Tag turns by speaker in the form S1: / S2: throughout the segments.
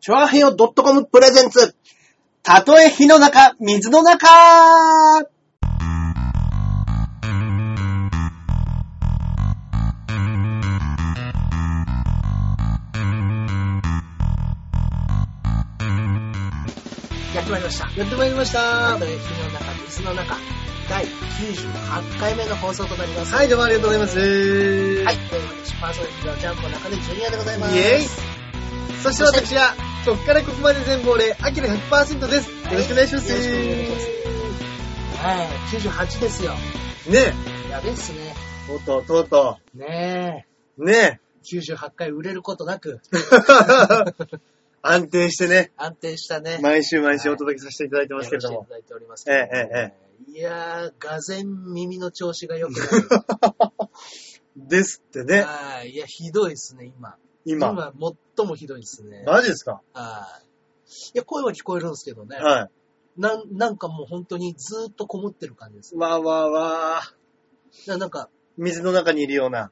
S1: チョアヘヨ .com プレゼンツ。たとえ火の中、水の中
S2: やってまいりました。
S1: やってまいりました。
S2: あ
S1: は
S2: の、火の中、水の中、第98回目の放送となります。
S1: い、どうもありがとうございます。
S2: は、。
S1: はい
S2: えー私、パーソナリティのジャンプの中でジュニアでございます。
S1: イエイそして私は、そっからここまで全部俺、アキラ100%です。よろしくお願いします。
S2: よろしくお願いしはい、98ですよ。
S1: ね
S2: やべっすね。
S1: え、とうとうとうと
S2: ね
S1: う、ね
S2: え、98回売れることなく
S1: え。安定してね、
S2: 安定したね。
S1: 毎週毎週お届けさせていただいて
S2: や
S1: ま
S2: ら
S1: す
S2: せ
S1: け
S2: て
S1: れ
S2: い
S1: ど
S2: た
S1: も。
S2: だいております
S1: え
S2: け
S1: え
S2: ども。
S1: えええ
S2: いやー、がぜん耳の調子が良くな
S1: え。ですって
S2: い。
S1: ね、
S2: はい。いや、ひどいですね、今。
S1: 今。
S2: 最もひどいですね。
S1: マジですか
S2: はい。いや、声は聞こえるんですけどね。
S1: は
S2: なん、なんかもう本当にずーっとこもってる感じです
S1: い。。わーわーわー。
S2: ななんか、
S1: 水の中にいるような。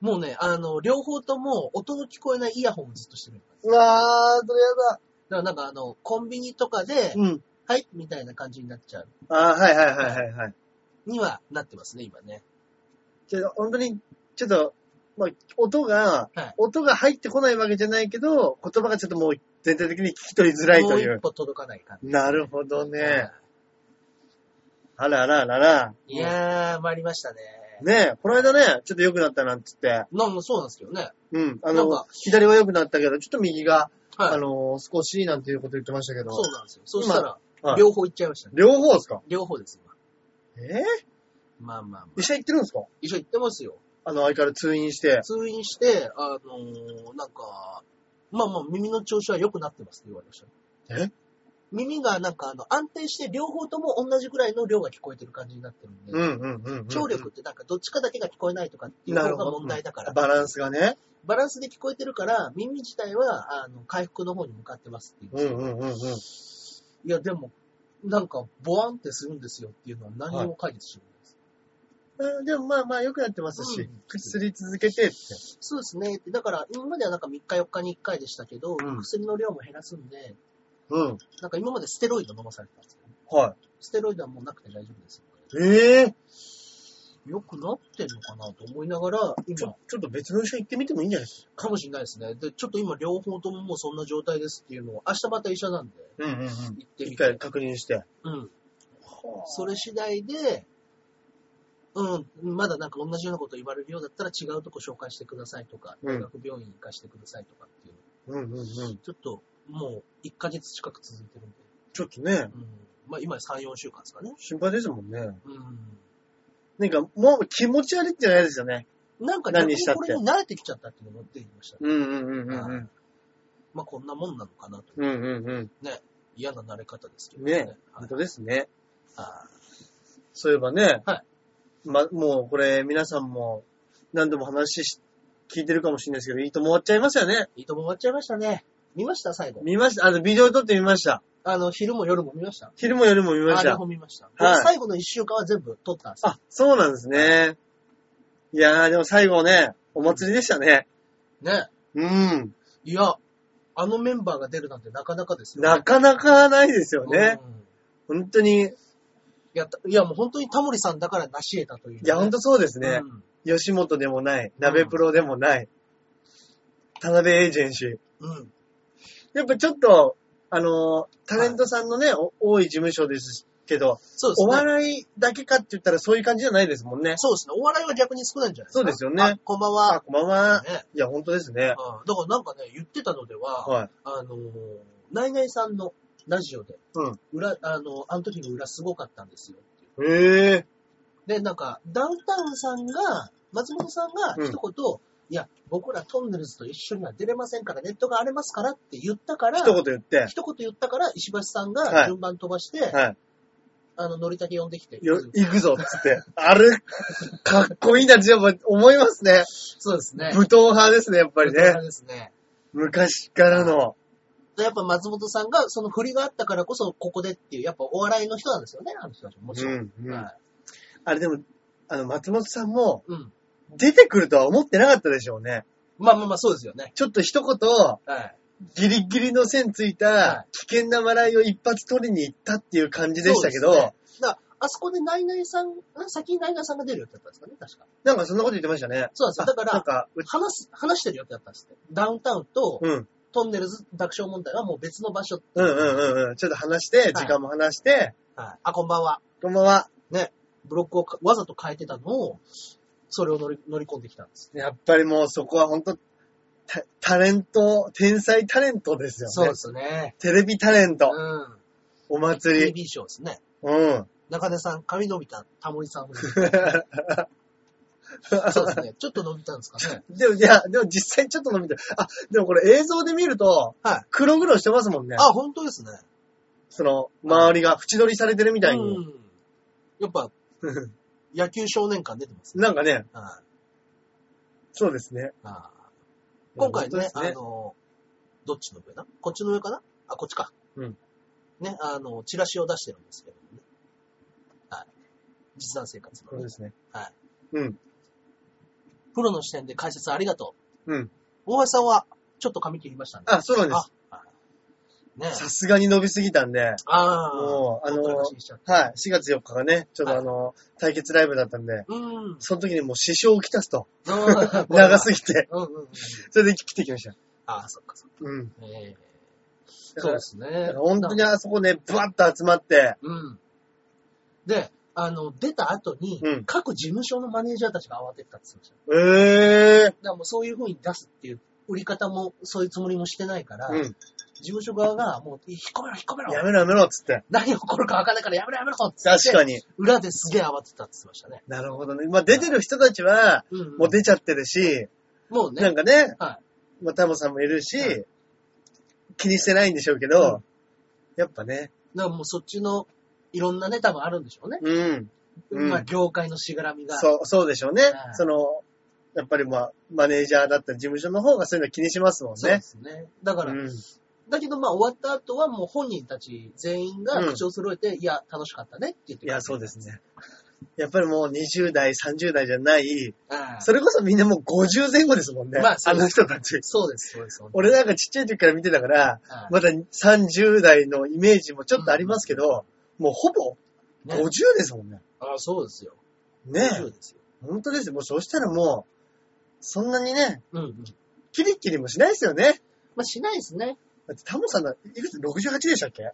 S2: もうね、あの、両方とも音の聞こえないイヤホンをずっとしてる。
S1: うわー、それ
S2: だからなんかあの、コンビニとかで、
S1: やだ。うん。
S2: はい、みたいな感じになっちゃう。
S1: あーはいはいはいはいはい。
S2: にはなってますね、今ね。
S1: ちょっと本当に、ちょっと、まあ、音が、
S2: はい
S1: 音が入ってこないわけじゃないけど、言葉がちょっともう全体的に聞き取りづらい
S2: も
S1: と
S2: う
S1: い
S2: 一
S1: う。
S2: 歩届かない感じ。
S1: なるほどね
S2: は。
S1: あらあらあらあら。
S2: いいやー、参りましたね。
S1: ねえ、この間ね、ちょっと良くなったなんつって、
S2: なんかそうなんですけどね。
S1: うん、あ
S2: なん
S1: の
S2: か、
S1: 左は良くなったけど、ちょっと右が、
S2: は
S1: あ
S2: い。
S1: のー、少しなんていうこと言ってましたけど、
S2: そうなんですよ。そしたら、
S1: はい
S2: 両方行っちゃいましたね。
S1: 両方ですか
S2: 両方です、今。
S1: え
S2: まあまあま
S1: ー、医
S2: あ。
S1: 者行ってるんですか
S2: 一緒行ってますよ。
S1: あの、相変わらず通院して。
S2: 通院して、あのーなんか、まあまあ耳の調子は良くなってますって言われました。
S1: え
S2: 耳がなんかあの安定して両方とも同じぐらいの量が聞こえてる感じになってるんで、
S1: うんうんうん、うん。
S2: 聴力ってなんかどっちかだけが聞こえないとかっていうのが問題だから、
S1: バランスがね。
S2: バランスで聞こえてるから、耳自体はあの回復の方に向かってますってい
S1: うん
S2: う。
S1: うんうんうん。
S2: いやでも、なんかボワンってするんですよっていうのは何にも解決しないです。
S1: うんでもまあまあ良くなってますし、
S2: うん
S1: 薬続けてって。
S2: そうですね。だから、今まではなんか3日4日に1回でしたけ
S1: う
S2: ど、
S1: ん
S2: 薬の量も減らすんで、
S1: うん。
S2: なんか今までステロイド飲まされてたんですよ。
S1: は
S2: ステロイドはもうなくて大丈夫ですよ。
S1: い。ええ
S2: よくなってんのかなと思いながら、
S1: ち
S2: 今
S1: ょ、、ちょっと別の医者行ってみてもいいんじゃないですか
S2: かもしれないですね。で、ちょっと今両方とももうそんな状態ですっていうのを、明日また医者なんで、
S1: うんうんうん。
S2: 行って
S1: 一
S2: み
S1: 回
S2: て。
S1: 確認して。
S2: うん。それ次第で、うん、まだなんか同じようなこと言われるようだったら違うとこ紹介してくださいとか、
S1: うん
S2: 大学病院行かしてくださいとかっていう、
S1: うんうんうん。
S2: ちょっともう1ヶ月近く続いてるんで、
S1: ちょっとね、
S2: うん。まあ今3、4週間ですかね。
S1: 心配ですもんね。
S2: うん。
S1: なんかもう気持ち悪いんじゃないですよね。
S2: なんか
S1: 何
S2: 逆
S1: に
S2: に
S1: したっ
S2: こ
S1: て
S2: れに慣れてきちゃったっていうのも出てきましたね。
S1: うんうんうんうんうん。
S2: まあこんなもんなのかなと。
S1: うんうんうん。
S2: 嫌な慣れ方ですけど
S1: ね
S2: ね。は
S1: 本
S2: い
S1: 当ですね。
S2: あ
S1: そういえばね、
S2: はい
S1: ま、もうこれ皆さんも何度も話し、聞いてるかもしれないですけど、いいとも終わっちゃいましたよね。
S2: ーいいとも終わっちゃいましたね。見ました最後。
S1: 見ました。あの、ビデオ撮ってみました。
S2: あの、昼も夜も見ました。
S1: 昼も夜も見まし
S2: あ、両
S1: た
S2: 方。見ました。
S1: はい
S2: 最後の一週間は全部撮ったんですよ
S1: あ、そうなんですね。いやー、でも最後ね、お祭りでしたね。
S2: ね。
S1: うん。
S2: いや、あのメンバーが出るなんてなかなかですよ、
S1: なかなかないですよね。
S2: うん。
S1: 本当に。い
S2: いや、たいやもう本当にタモリさんだから成し得たという、
S1: や、本当そうです
S2: 当
S1: ね。
S2: うん
S1: 吉本でもない、鍋プロでもない、田辺エージェンシー。
S2: うん。
S1: やっぱちょっと、あのー、タレントさんのね、お多い事務所ですけど、
S2: そうで
S1: お
S2: すね。
S1: 笑いだけかって言ったらそういう感じじゃないですもんね。
S2: そうですね。お笑いは逆に少ないんじゃないですか。
S1: そうですよね
S2: あこんばんは。
S1: あ、こんばんは。
S2: ね。
S1: いや、本当ですね。
S2: うんだからなんかね、言ってたのでは、
S1: はい。
S2: あのー、ナイナイさんのラジオで、
S1: うん。
S2: 裏、あの、あの時の裏すごかったんですよってい
S1: へ
S2: う。
S1: え。
S2: で、なんか、ダウンタウンさんが、松本さんが
S1: うん
S2: 一言、いや、僕らトンネルズと一緒には出れませんから、ネットが荒れますからって言ったから、
S1: 一言言って。
S2: 一言言ったから、石橋さん
S1: はい
S2: が順番飛ばして、
S1: はい。
S2: あの、乗りたけ呼んできて、
S1: よ、行くぞっつって。あれ、かっこいいなってやっぱ思いますね。
S2: そうですね。
S1: 武闘派ですね、やっぱり
S2: 武闘
S1: ね
S2: 派。ですね。
S1: 昔からの。
S2: でやっぱ松本さんが、その振りがあったからこそ、ここでっていう、やっぱお笑いの人なんですよね、あの人たちも。もちろん。
S1: ん、うん。
S2: はい
S1: あれでも、あの、松本さんも
S2: うん。
S1: 出てくるとは思ってなかったでしょうね。
S2: まあまあまあ、そうですよね。
S1: ちょっと一言、
S2: はい。
S1: ギリギリの線つい
S2: は
S1: た危険な笑いを一発取りに行ったっていう感じでしたけど、
S2: そうですねだからあそこでナイナイさん、あ先にナイナイさんが出るよってやったんですかね、確か。
S1: なんかそんなこと言ってましたね。
S2: そうなんですよ。だ
S1: な
S2: か
S1: ん
S2: ら、
S1: か、う
S2: 話す、話してるよってやったんですって。ダウンタウンと、
S1: うん、
S2: トンネルズ爆笑問題はもう別の場所って。
S1: うんうんうんうん。ちょっと話して、時間も話して、
S2: はい。あ、こんばんは。
S1: こんばんは。
S2: ブロックをかわざと変えてたのを、それを乗り乗り込んできたんです。
S1: やっぱりもうそこは本当タタレント、天才タレントですよね。
S2: そうですね。
S1: テレビタレント、
S2: うん。
S1: お祭り。
S2: TV ショーですね。
S1: うん。
S2: 中根さん、髪伸びた、タモリさん。そうですね。 ちょっと伸びたんですか ね。
S1: でも、いや、でも実際ちょっと伸びてる。あ、でもこれ映像で見ると、
S2: はい。
S1: 黒々してますもんね。
S2: あ、本当ですね。
S1: その、周りが縁取りされてるみたいに。
S2: うん。やっ ぱ、野球少年館出てますね。
S1: なんかね、
S2: はい
S1: そうですね。
S2: あー今回ね
S1: 本当
S2: あ
S1: ですね
S2: の、どっちの上なこっちの上かなあ、こっちか。
S1: うん。
S2: ね、あの、チラシを出してるんですけどもね。はい。実弾生活
S1: そう
S2: の、
S1: で
S2: ね。
S1: すね。
S2: はい。
S1: うん。
S2: プロの視点で解説ありがと
S1: うん。
S2: う。大橋さんは、ちょっと髪切りましたね。
S1: あ、そうなんです。
S2: あはいね
S1: さすがに伸びすぎたんで、
S2: ああ。
S1: もう、あの
S2: どっかで話しちゃった
S1: はい、4月4日がね、ちょっとあの、対決ライブだったんで、
S2: うん。
S1: その時にもう支障をきたすと、長
S2: 長
S1: す
S2: ぎ。
S1: ぎて、
S2: うんうんうん。
S1: それで切ってきました。
S2: ああ、そっかそっか。
S1: うん。
S2: ええ
S1: だ
S2: そ
S1: か
S2: う
S1: ら
S2: で、す
S1: だ
S2: ね
S1: か。ら本当にあそこね、ブワッと集まって、
S2: うん。で、あの、出た後に、
S1: うん
S2: 各事務所のマネージャーたちが慌ててたって言ってました。
S1: ええ
S2: だからもうそういう風に出すっていう売り方もそういうつもりもしてないから、
S1: ー、う
S2: 事
S1: ん。
S2: 務所側がもう、引っ込めろ、引っ込め
S1: や
S2: ろ
S1: めろやめろっつって。
S2: 何が起こるか分かんないからやめろ、やめろって
S1: 確かに。
S2: 裏ですげえ慌ててたって言ってましたね。
S1: なるほどね。まあ出てる人たちは、
S2: うん、
S1: もう出ちゃってるし、
S2: もうね、
S1: なんかね、
S2: は
S1: まあタモさんもいるし、
S2: はい
S1: 気にしてないんでしょうけど、やっぱね、
S2: い。だからもうそっちの、いろんなネタもあるんでしょうね。
S1: うん。うん
S2: まあ、業界のしがらみが。
S1: そう、そうでしょうね。
S2: はい
S1: その、やっぱりまあ、マネージャーだったり事務所の方がそういうの気にしますもん
S2: そうで
S1: ね。
S2: すね。だから、
S1: うん。
S2: だけどまあ終わった後はもう本人たち全員が口を揃えて、いや、楽しかったねって言って
S1: いや、そうですね。やっぱりもう20代、30代じゃない、
S2: ああ
S1: それこそみんなもう50前後ですもんね。
S2: まあそ
S1: あ
S2: うで
S1: の
S2: す
S1: 人たち。
S2: そうです、そうです。
S1: 俺なんかちっちゃい時から見てたから、
S2: はい
S1: まだ30代のイメージもちょっとありますけど、もうほぼ
S2: ね
S1: 50ですもんね。
S2: ああそうですよ。
S1: ね
S2: そう
S1: え。
S2: ですよ。
S1: 本当ですよ。もうそうしたらもう、そんなにね、
S2: うんうん。
S1: キリッキリもしないですよね。
S2: まあしないですね。
S1: だってタモさんのいくつ ?68 でしたっけ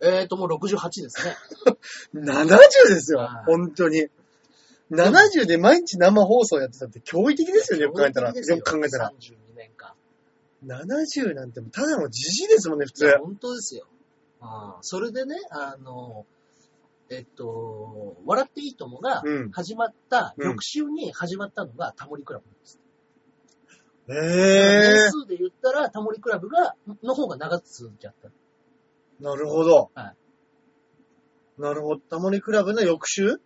S2: えーと、もう68ですね。
S1: ?70 ですよ
S2: は。い
S1: 本当に。70で毎日生放送やってたって驚異的ですよね、よく考えたら。
S2: 驚異的です
S1: よく考えたら。
S2: 32年間。
S1: 70なんてもうただのじじいですもんね、普
S2: いや
S1: 通。
S2: 本当ですよ。あーそれでね、あの、えっと、笑っていいともが
S1: うん、
S2: 始まった、翌週に始まったのがタモリクラブなんです。
S1: へ
S2: 年
S1: え
S2: 数で言ったら、タモリクラブが、の方が長く続いちゃった。
S1: ー。なるほど。
S2: は
S1: なるほど。タモリクラブの翌週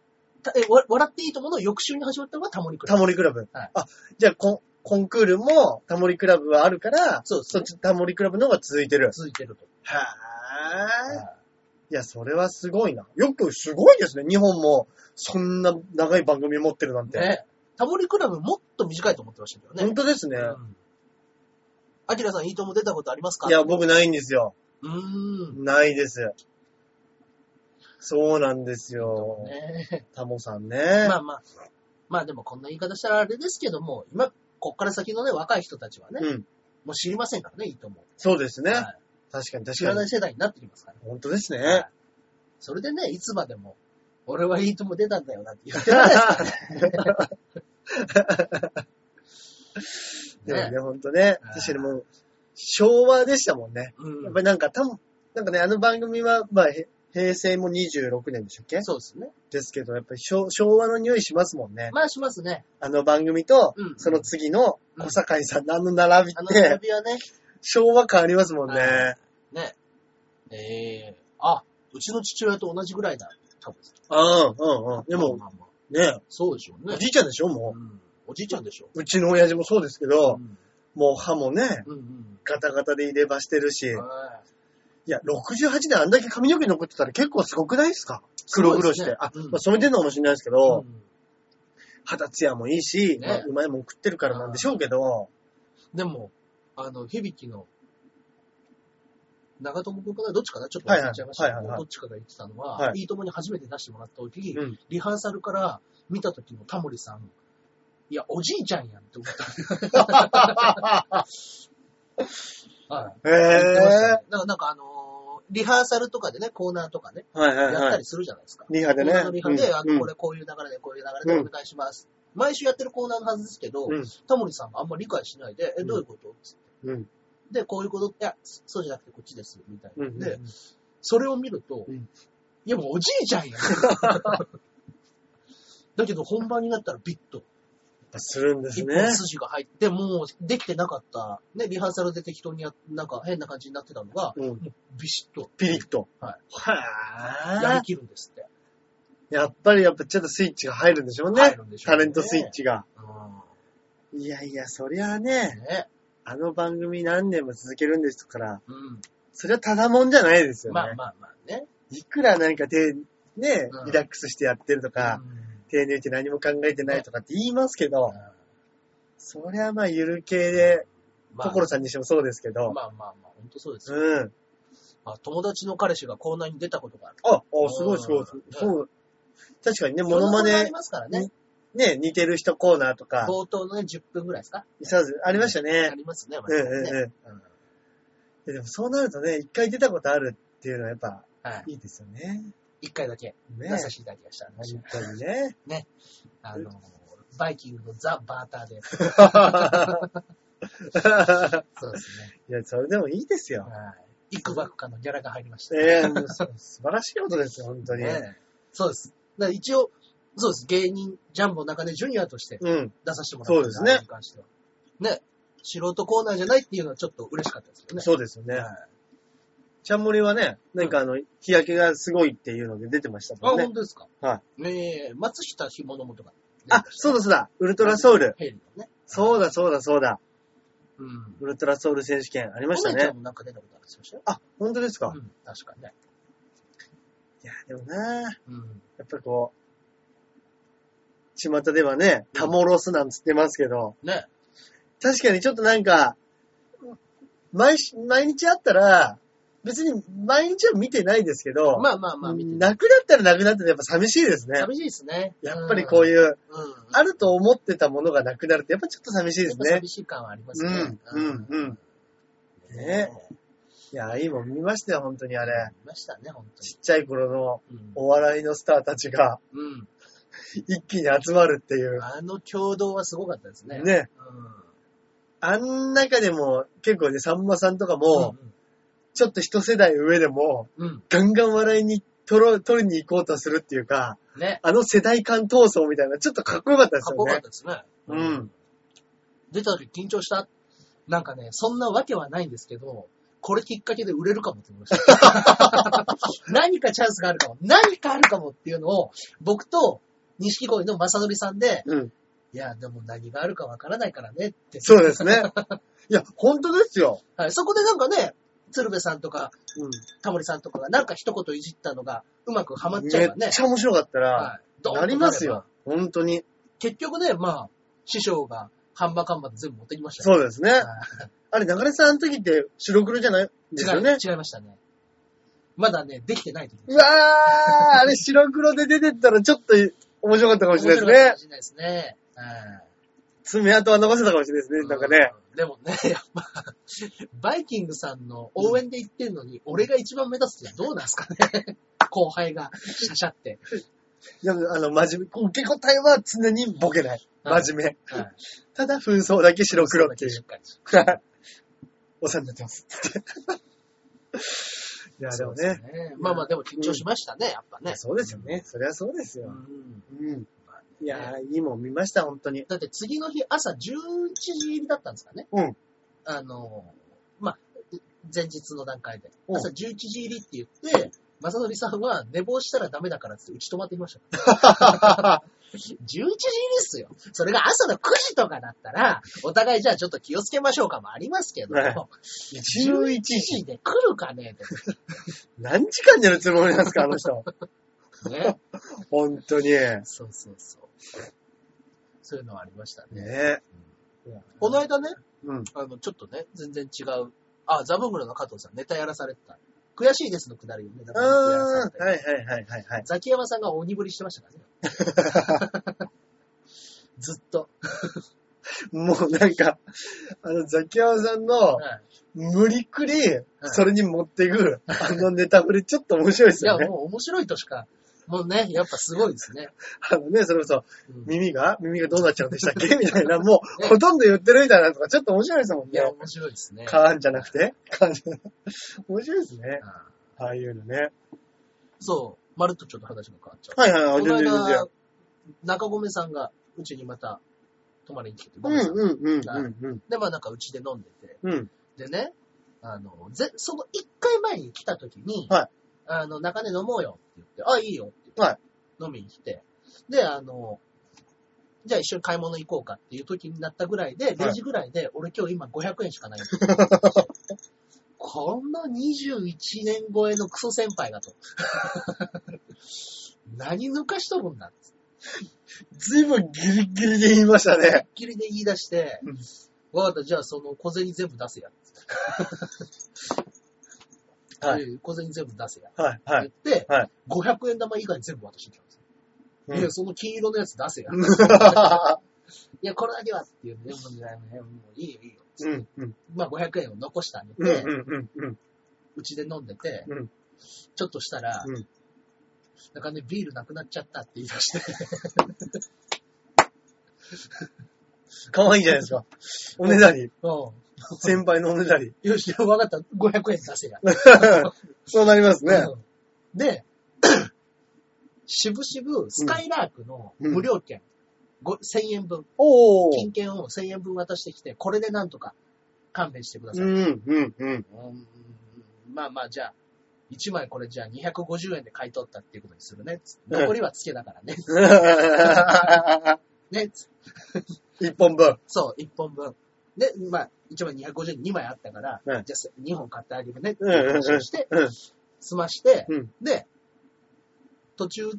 S2: たえ、わ笑っていいともの翌週に始まったのがタモリクラ
S1: タ
S2: ブ。
S1: モリクラブ。
S2: はい
S1: あ、じゃあコン、コンクールもタモリクラブはあるから、
S2: そうです
S1: そっちタモリクラブの方が続いてる。
S2: 続いてると。
S1: は
S2: はい
S1: ぁいや、それはすごいな。よく、すごいですね。日本も、そんな長い番組持ってるなんて。
S2: ね。タモリクラブもっと短いと思ってましたけどね。
S1: 本当ですね。
S2: うんアキラさん、いいとも出たことありますか
S1: いや、僕ないんですよ。
S2: うーん。
S1: ないです。そうなんですよ。
S2: ね
S1: タモさんね。
S2: まあまあ。まあでもこんな言い方したらあれですけども、今、こっから先のね、若い人たちはね、
S1: うん。
S2: もう知りませんからね、いいとも。
S1: そうですね。
S2: はい
S1: 確かに確
S2: 知ら
S1: か
S2: な
S1: に。
S2: い世代になってきますから。
S1: 本当ですね。
S2: はいそれでね、いつまでも、俺はいいとも出たんだよなって言ってられないですからね。
S1: でもね、ほんとね。
S2: はい
S1: 確かにもう、昭和でしたもんね。
S2: う
S1: やっ
S2: ん
S1: ぱりなんか、たもなんかね、あの番組は、まあ、へ平成も26年でしたっけ
S2: そうですね。
S1: ですけど、やっぱり昭昭和の匂いしますもんね。
S2: まあしますね。
S1: あの番組と
S2: うん、
S1: その次の小堺さんのあの並び
S2: あ
S1: っ
S2: の
S1: て、
S2: 並びはね、
S1: 昭和感ありますもん
S2: は
S1: ね。
S2: ね、えー、あ、うちの父親と同じぐらいだ。多分
S1: うん、うん、うん。でも、
S2: まあまあ
S1: ね、
S2: そうでしょうね
S1: お。じいちゃんでしょ、も
S2: うんおじいちゃんでしょ。
S1: う。うちの親父もそうですけど、
S2: ん。
S1: もう歯もね、
S2: うんうん
S1: ガタガタで入れ歯してるし、
S2: うん。
S1: いや、68であんだけ髪の毛残ってたら結構すごくないですか黒々して。
S2: そうですね
S1: あ、
S2: うん
S1: まあ、染めてんのかもしれないですけ
S2: う
S1: ど、
S2: ん
S1: 肌ツヤもいいし、
S2: ね
S1: まあうまいもん食ってるからなんでしょうけど、
S2: でも、あの、響きの長友君かなどっちかなちょっと忘れちゃいました
S1: は
S2: け
S1: いはいはいはいは
S2: ど、
S1: い
S2: どっちかが言ってたのは、
S1: はい
S2: い、いともに初めて出してもらった時、
S1: うん
S2: リハーサルから見た時のタモリさん、いや、おじいちゃんやんって思っ た。
S1: へえ
S2: はい。言ってましたねだからなんかあのーリハーサルとかでね、コーナーとかね、
S1: ー。はいはい
S2: やった
S1: はい
S2: り。するじゃないですか。
S1: リハでね
S2: コーナー。のリハで、あ
S1: うん
S2: の、これこういう流れで、こういう流れでお願いします。毎週やってるコーナーのはずですけど、
S1: うん
S2: タモリさんがあんま理解しないで、え、どういうことつって
S1: うん。
S2: で、こういうことって、いや、そうじゃなくてこっちです、みたいな。
S1: うん。
S2: で、それを見ると、
S1: うん
S2: いやもうおじいちゃん やん。だけど本番になったらビッと、
S1: するんです
S2: 一
S1: ね。
S2: 本筋が入って、もうできてなかった、ね、リハーサルで適当にや、なんか変な感じになってたのが、
S1: うん。
S2: もうビシッと
S1: ピリッと。
S2: はい
S1: は
S2: や
S1: ぁ
S2: り。きるんですって。
S1: やっぱりやっぱちょっとスイッチが入るんでしょうね。
S2: 入るんでしょう
S1: タ
S2: ね
S1: レントスイッチが。
S2: う
S1: いやいや、そりゃあ
S2: ん
S1: ね、
S2: ね。
S1: あの番組何年も続けるんですから、
S2: うん。
S1: そりゃただもんじゃないですよね。
S2: まあまあまあね。
S1: いくらなんか手、ね、
S2: うん
S1: リラックスしてやってるとか、
S2: うん
S1: 手抜いて何も考えてないとかって言いますけど、
S2: うん
S1: そりゃまあゆる系で、
S2: まあ
S1: 所さんにしてもそうですけど、
S2: まあまあまあ、ほんとそうですよ。
S1: うん。
S2: まあ友達の彼氏がコーナーに出たことがある。
S1: あ、あ、すごいすごい。
S2: うん
S1: そう。確かにね、モノマ
S2: いろんなコーナーあり
S1: ネ、
S2: ますからね。
S1: ね、似てる人コーナーとか、
S2: 冒頭のね、10分ぐらいですか
S1: そうですありましたね
S2: あ。りますね、
S1: うん
S2: 割と
S1: うん
S2: ね。
S1: うん。ででもそうなるとね、一回出たことあるっていうのはやっぱ
S2: うんはい
S1: いいですよね。
S2: 一回だけ
S1: ね
S2: 出させていただきました。
S1: 本当にね。
S2: あの、バイキングのザ・バーターで。そうですね。
S1: いや、それでもいいですよ。
S2: はい。いくばくかのギャラが入りました。
S1: ええもうそう素晴らしいことですよ、本当に。
S2: ねえそうです。だから一応、そうです。芸人、ジャンボ中根ジュニアとして
S1: うん。
S2: 出させてもらったん
S1: そうですね
S2: あれに関しては。ね。素人コーナーじゃないっていうのはちょっと嬉しかったですよね。
S1: そうですよ
S2: う
S1: ね。ちゃんもりはね、なんかあの、日焼けがすごいっていうので出てました
S2: あ、
S1: もんね
S2: 本。当ですか。。
S1: はい
S2: ねえ、松下ひものもとか。
S1: あ、そうだそうだ。ウルトラソウル。
S2: ヘリのね。
S1: そうだそうだそうだ。
S2: うん。
S1: ウルトラソウル選手権ありまし
S2: コ
S1: た
S2: ネちゃ
S1: ね
S2: ん。もなんか出たことあるんですよね。
S1: あ、本当ですか。
S2: うん。確かにね。
S1: いや、でもな
S2: うん。
S1: やっぱりこう、巷ではね、タモロスなんつってますけど、
S2: ね。
S1: 確かにちょっとなんか、毎し、毎日あったら、別に毎日は見てないですけど、
S2: まあまあまあ、見てて
S1: なくなったらなくなってやっぱ寂しいですね。
S2: 寂しいですね。
S1: やっぱりこう
S2: いう。
S1: いう、
S2: うん。
S1: あると思ってたものがなくなるとやっぱちょっと寂しいで
S2: やっ
S1: す
S2: ぱ
S1: ね。
S2: 寂しい感はありますね。
S1: うんうんうんねいや、いいもん見ましたよ、本当にあれ。
S2: いましたね、本当
S1: ちっちゃい頃の
S2: に。うん
S1: お笑いのスターたちが
S2: うん。
S1: 一気に集まるっていう。
S2: あの共同はすごかったですね。
S1: ね。
S2: う
S1: あん中でも結構ね、さんまさんとか
S2: ん。
S1: も、ちょっと一世代上でも、
S2: うん。
S1: ガンガン笑いに取ろう取りに行こうとするっていうか、
S2: うん。ね。
S1: あの世代間闘争みたいな、ちょっとかっこよかったで
S2: か
S1: す
S2: っ
S1: よ
S2: こよかっ
S1: ね。
S2: たですね。
S1: うん。
S2: 出た時緊張した。なんかね、そんなわけはないんですけど、これきっかけで売れるかもと思いました。 何かチャンスがあるかも。何かあるかもっていうのを、僕と、錦鯉の正則さんで、
S1: うん。
S2: いや、でも何があるかわからないからねって。
S1: そうです ね。いや、本当ですよ。
S2: はい、そこでなんかね、鶴瓶さんとか、
S1: うん。
S2: タモリさんとかがなんか一言いじったのがうまくハマっちゃ
S1: め
S2: え
S1: っ
S2: ばね。
S1: ちゃ面白かったら、
S2: いドーンと
S1: なります
S2: なれ
S1: よ
S2: ば。。
S1: 本当に。
S2: 結局ね、まあ、師匠がハンマーカンマで全部持ってきました
S1: そううですね。あれ、流れさんの時って白黒じゃないですよね。
S2: 違いましたね。まだね、できてない時
S1: うわー、あれ白黒で出てったらちょっと面白かったかもしれない
S2: 面白いか
S1: で
S2: もしれないですね。
S1: すね。爪痕は残せたかもしれないです
S2: う
S1: ね。なんかね。。
S2: うでもね、 やっぱ、バイキングさんの応援で行ってんのに、俺が一番目立つってどうなんですかね。 後輩が、シャシャって。
S1: でもあの、真面目。受け答えは常にボケない。
S2: はい
S1: 真面目。
S2: はい
S1: ただ、紛争だけ白黒ってい
S2: し
S1: う
S2: っ。かり
S1: お世話になってます。 い や、でも
S2: そう
S1: ね。
S2: ですねまあまあ、でも緊張しましたね、やっぱね。
S1: そうですよね。そりゃそうです
S2: う
S1: よ。
S2: ん。
S1: うん。いやー、いいもん見ました、本当に。
S2: だって次の日朝11時入りだったんですかね。
S1: うん
S2: あの、まあ、前日の段階で。
S1: うん
S2: 朝11時入りって言って、正則さんは寝坊したらダメだからっつってうち泊まってきました。11 時入りっすよ。それが朝の9時とかだったら、お互いじゃあちょっと気をつけましょうかもありますけど、
S1: はい
S2: 11
S1: 11時。
S2: 時で来るかねっ
S1: 何時間寝るつもりなんですか、あの 人。
S2: て。 ね。
S1: 本当に。ね
S2: そうそうそう。そういうのはありましたね。
S1: え。
S2: この間ね、
S1: うん。
S2: あの、ちょっとね、全然違うあ、ザブングルの加藤さん、ネタやらされてた。悔しいですのくだりをね、だ
S1: う
S2: か
S1: ん。
S2: らネタ
S1: はい
S2: やらされて
S1: はいはいはいはい。
S2: ザキヤマさんが鬼振りしてましたからね。 ずっと。
S1: もうなんか、あの、ザキヤマさんの、
S2: はい
S1: 無理くり、それに持っていく、あのネタ振り、ちょっと面白いで
S2: い
S1: す
S2: や、
S1: よね。
S2: もう面白いとしか、もうね、やっぱすごいですね。
S1: あのね、それこそ、
S2: うん
S1: 耳が耳がどうなっちゃうんでしたっ けみたいな、もう、ほとんど言ってるみたいなとか、ちょっと面白いですもん
S2: いや、
S1: ね。
S2: 面白いですね。
S1: カーンじゃなくてカーンじゃなくて。面白いですね。
S2: ああ
S1: ああいうのね。
S2: そう、まるっとちょっと話が変わっちゃう。
S1: はいはいはい、
S2: この
S1: 全然全然
S2: 間。、中込さんが、うちにまた、泊まりに来てて、
S1: う
S2: ご
S1: ん
S2: めさん
S1: うんうんうん
S2: で、まあなんかうちで飲んでて、
S1: うん。うん。
S2: でね、あの、ぜ、その一回前に来た時に、
S1: はい
S2: あの、中根飲もうよって言って、あ、いいよって言って、
S1: はい
S2: 飲みに来て、で、あの、じゃあ一緒に買い物行こうかっていう時になったぐらいで、0時ぐらいで、俺今日今500円し かないって言って。こんな21年超えのクソ先輩がと。 何抜かしとるんだ
S1: ずいぶんギリギリで言いましたね。
S2: っきりで言い出して
S1: うん、
S2: わかった、じゃあその小銭全部出せや。
S1: はい
S2: うん小銭全部出せや。
S1: はいはい。
S2: って言って、
S1: はい
S2: 500円玉以外全部渡してきたんですよ。
S1: うん
S2: いや、その金色のやつ出せや。 いや、これだけはっていうね、もういやもういいよいいよ。
S1: うんうん
S2: まあ500円を残してあげ
S1: うん
S2: て、
S1: うんうん
S2: うちで飲んでて、
S1: うん
S2: ちょっとしたら、
S1: うん
S2: なんかね、ビールなくなっちゃったって言い出して、
S1: かわいいじゃないですか。おねだり。
S2: うん
S1: 先輩のおねだり。
S2: よし、わかった、500円出せや。
S1: そうなりますね。
S2: うんで、 しぶしぶ、スカイラークの無料券、ご1000円分、
S1: おお。
S2: 金券を1000円分渡してきて、これでなんとか勘弁してください。
S1: ん、うん、うん。
S2: うんまあまあ、じゃあ、1枚これじゃあ250円で買い取ったっていうことにするね。つって
S1: うん
S2: 残りはつけだからね。ね。つって
S1: 一本分。
S2: そう、1本分。で、まあ、1枚250円2枚あったから、
S1: うん
S2: じゃあ2本買ってあげるねって
S1: うん、
S2: いう
S1: うん、
S2: 話をして、
S1: うん。
S2: 済まして、
S1: うん
S2: で、途中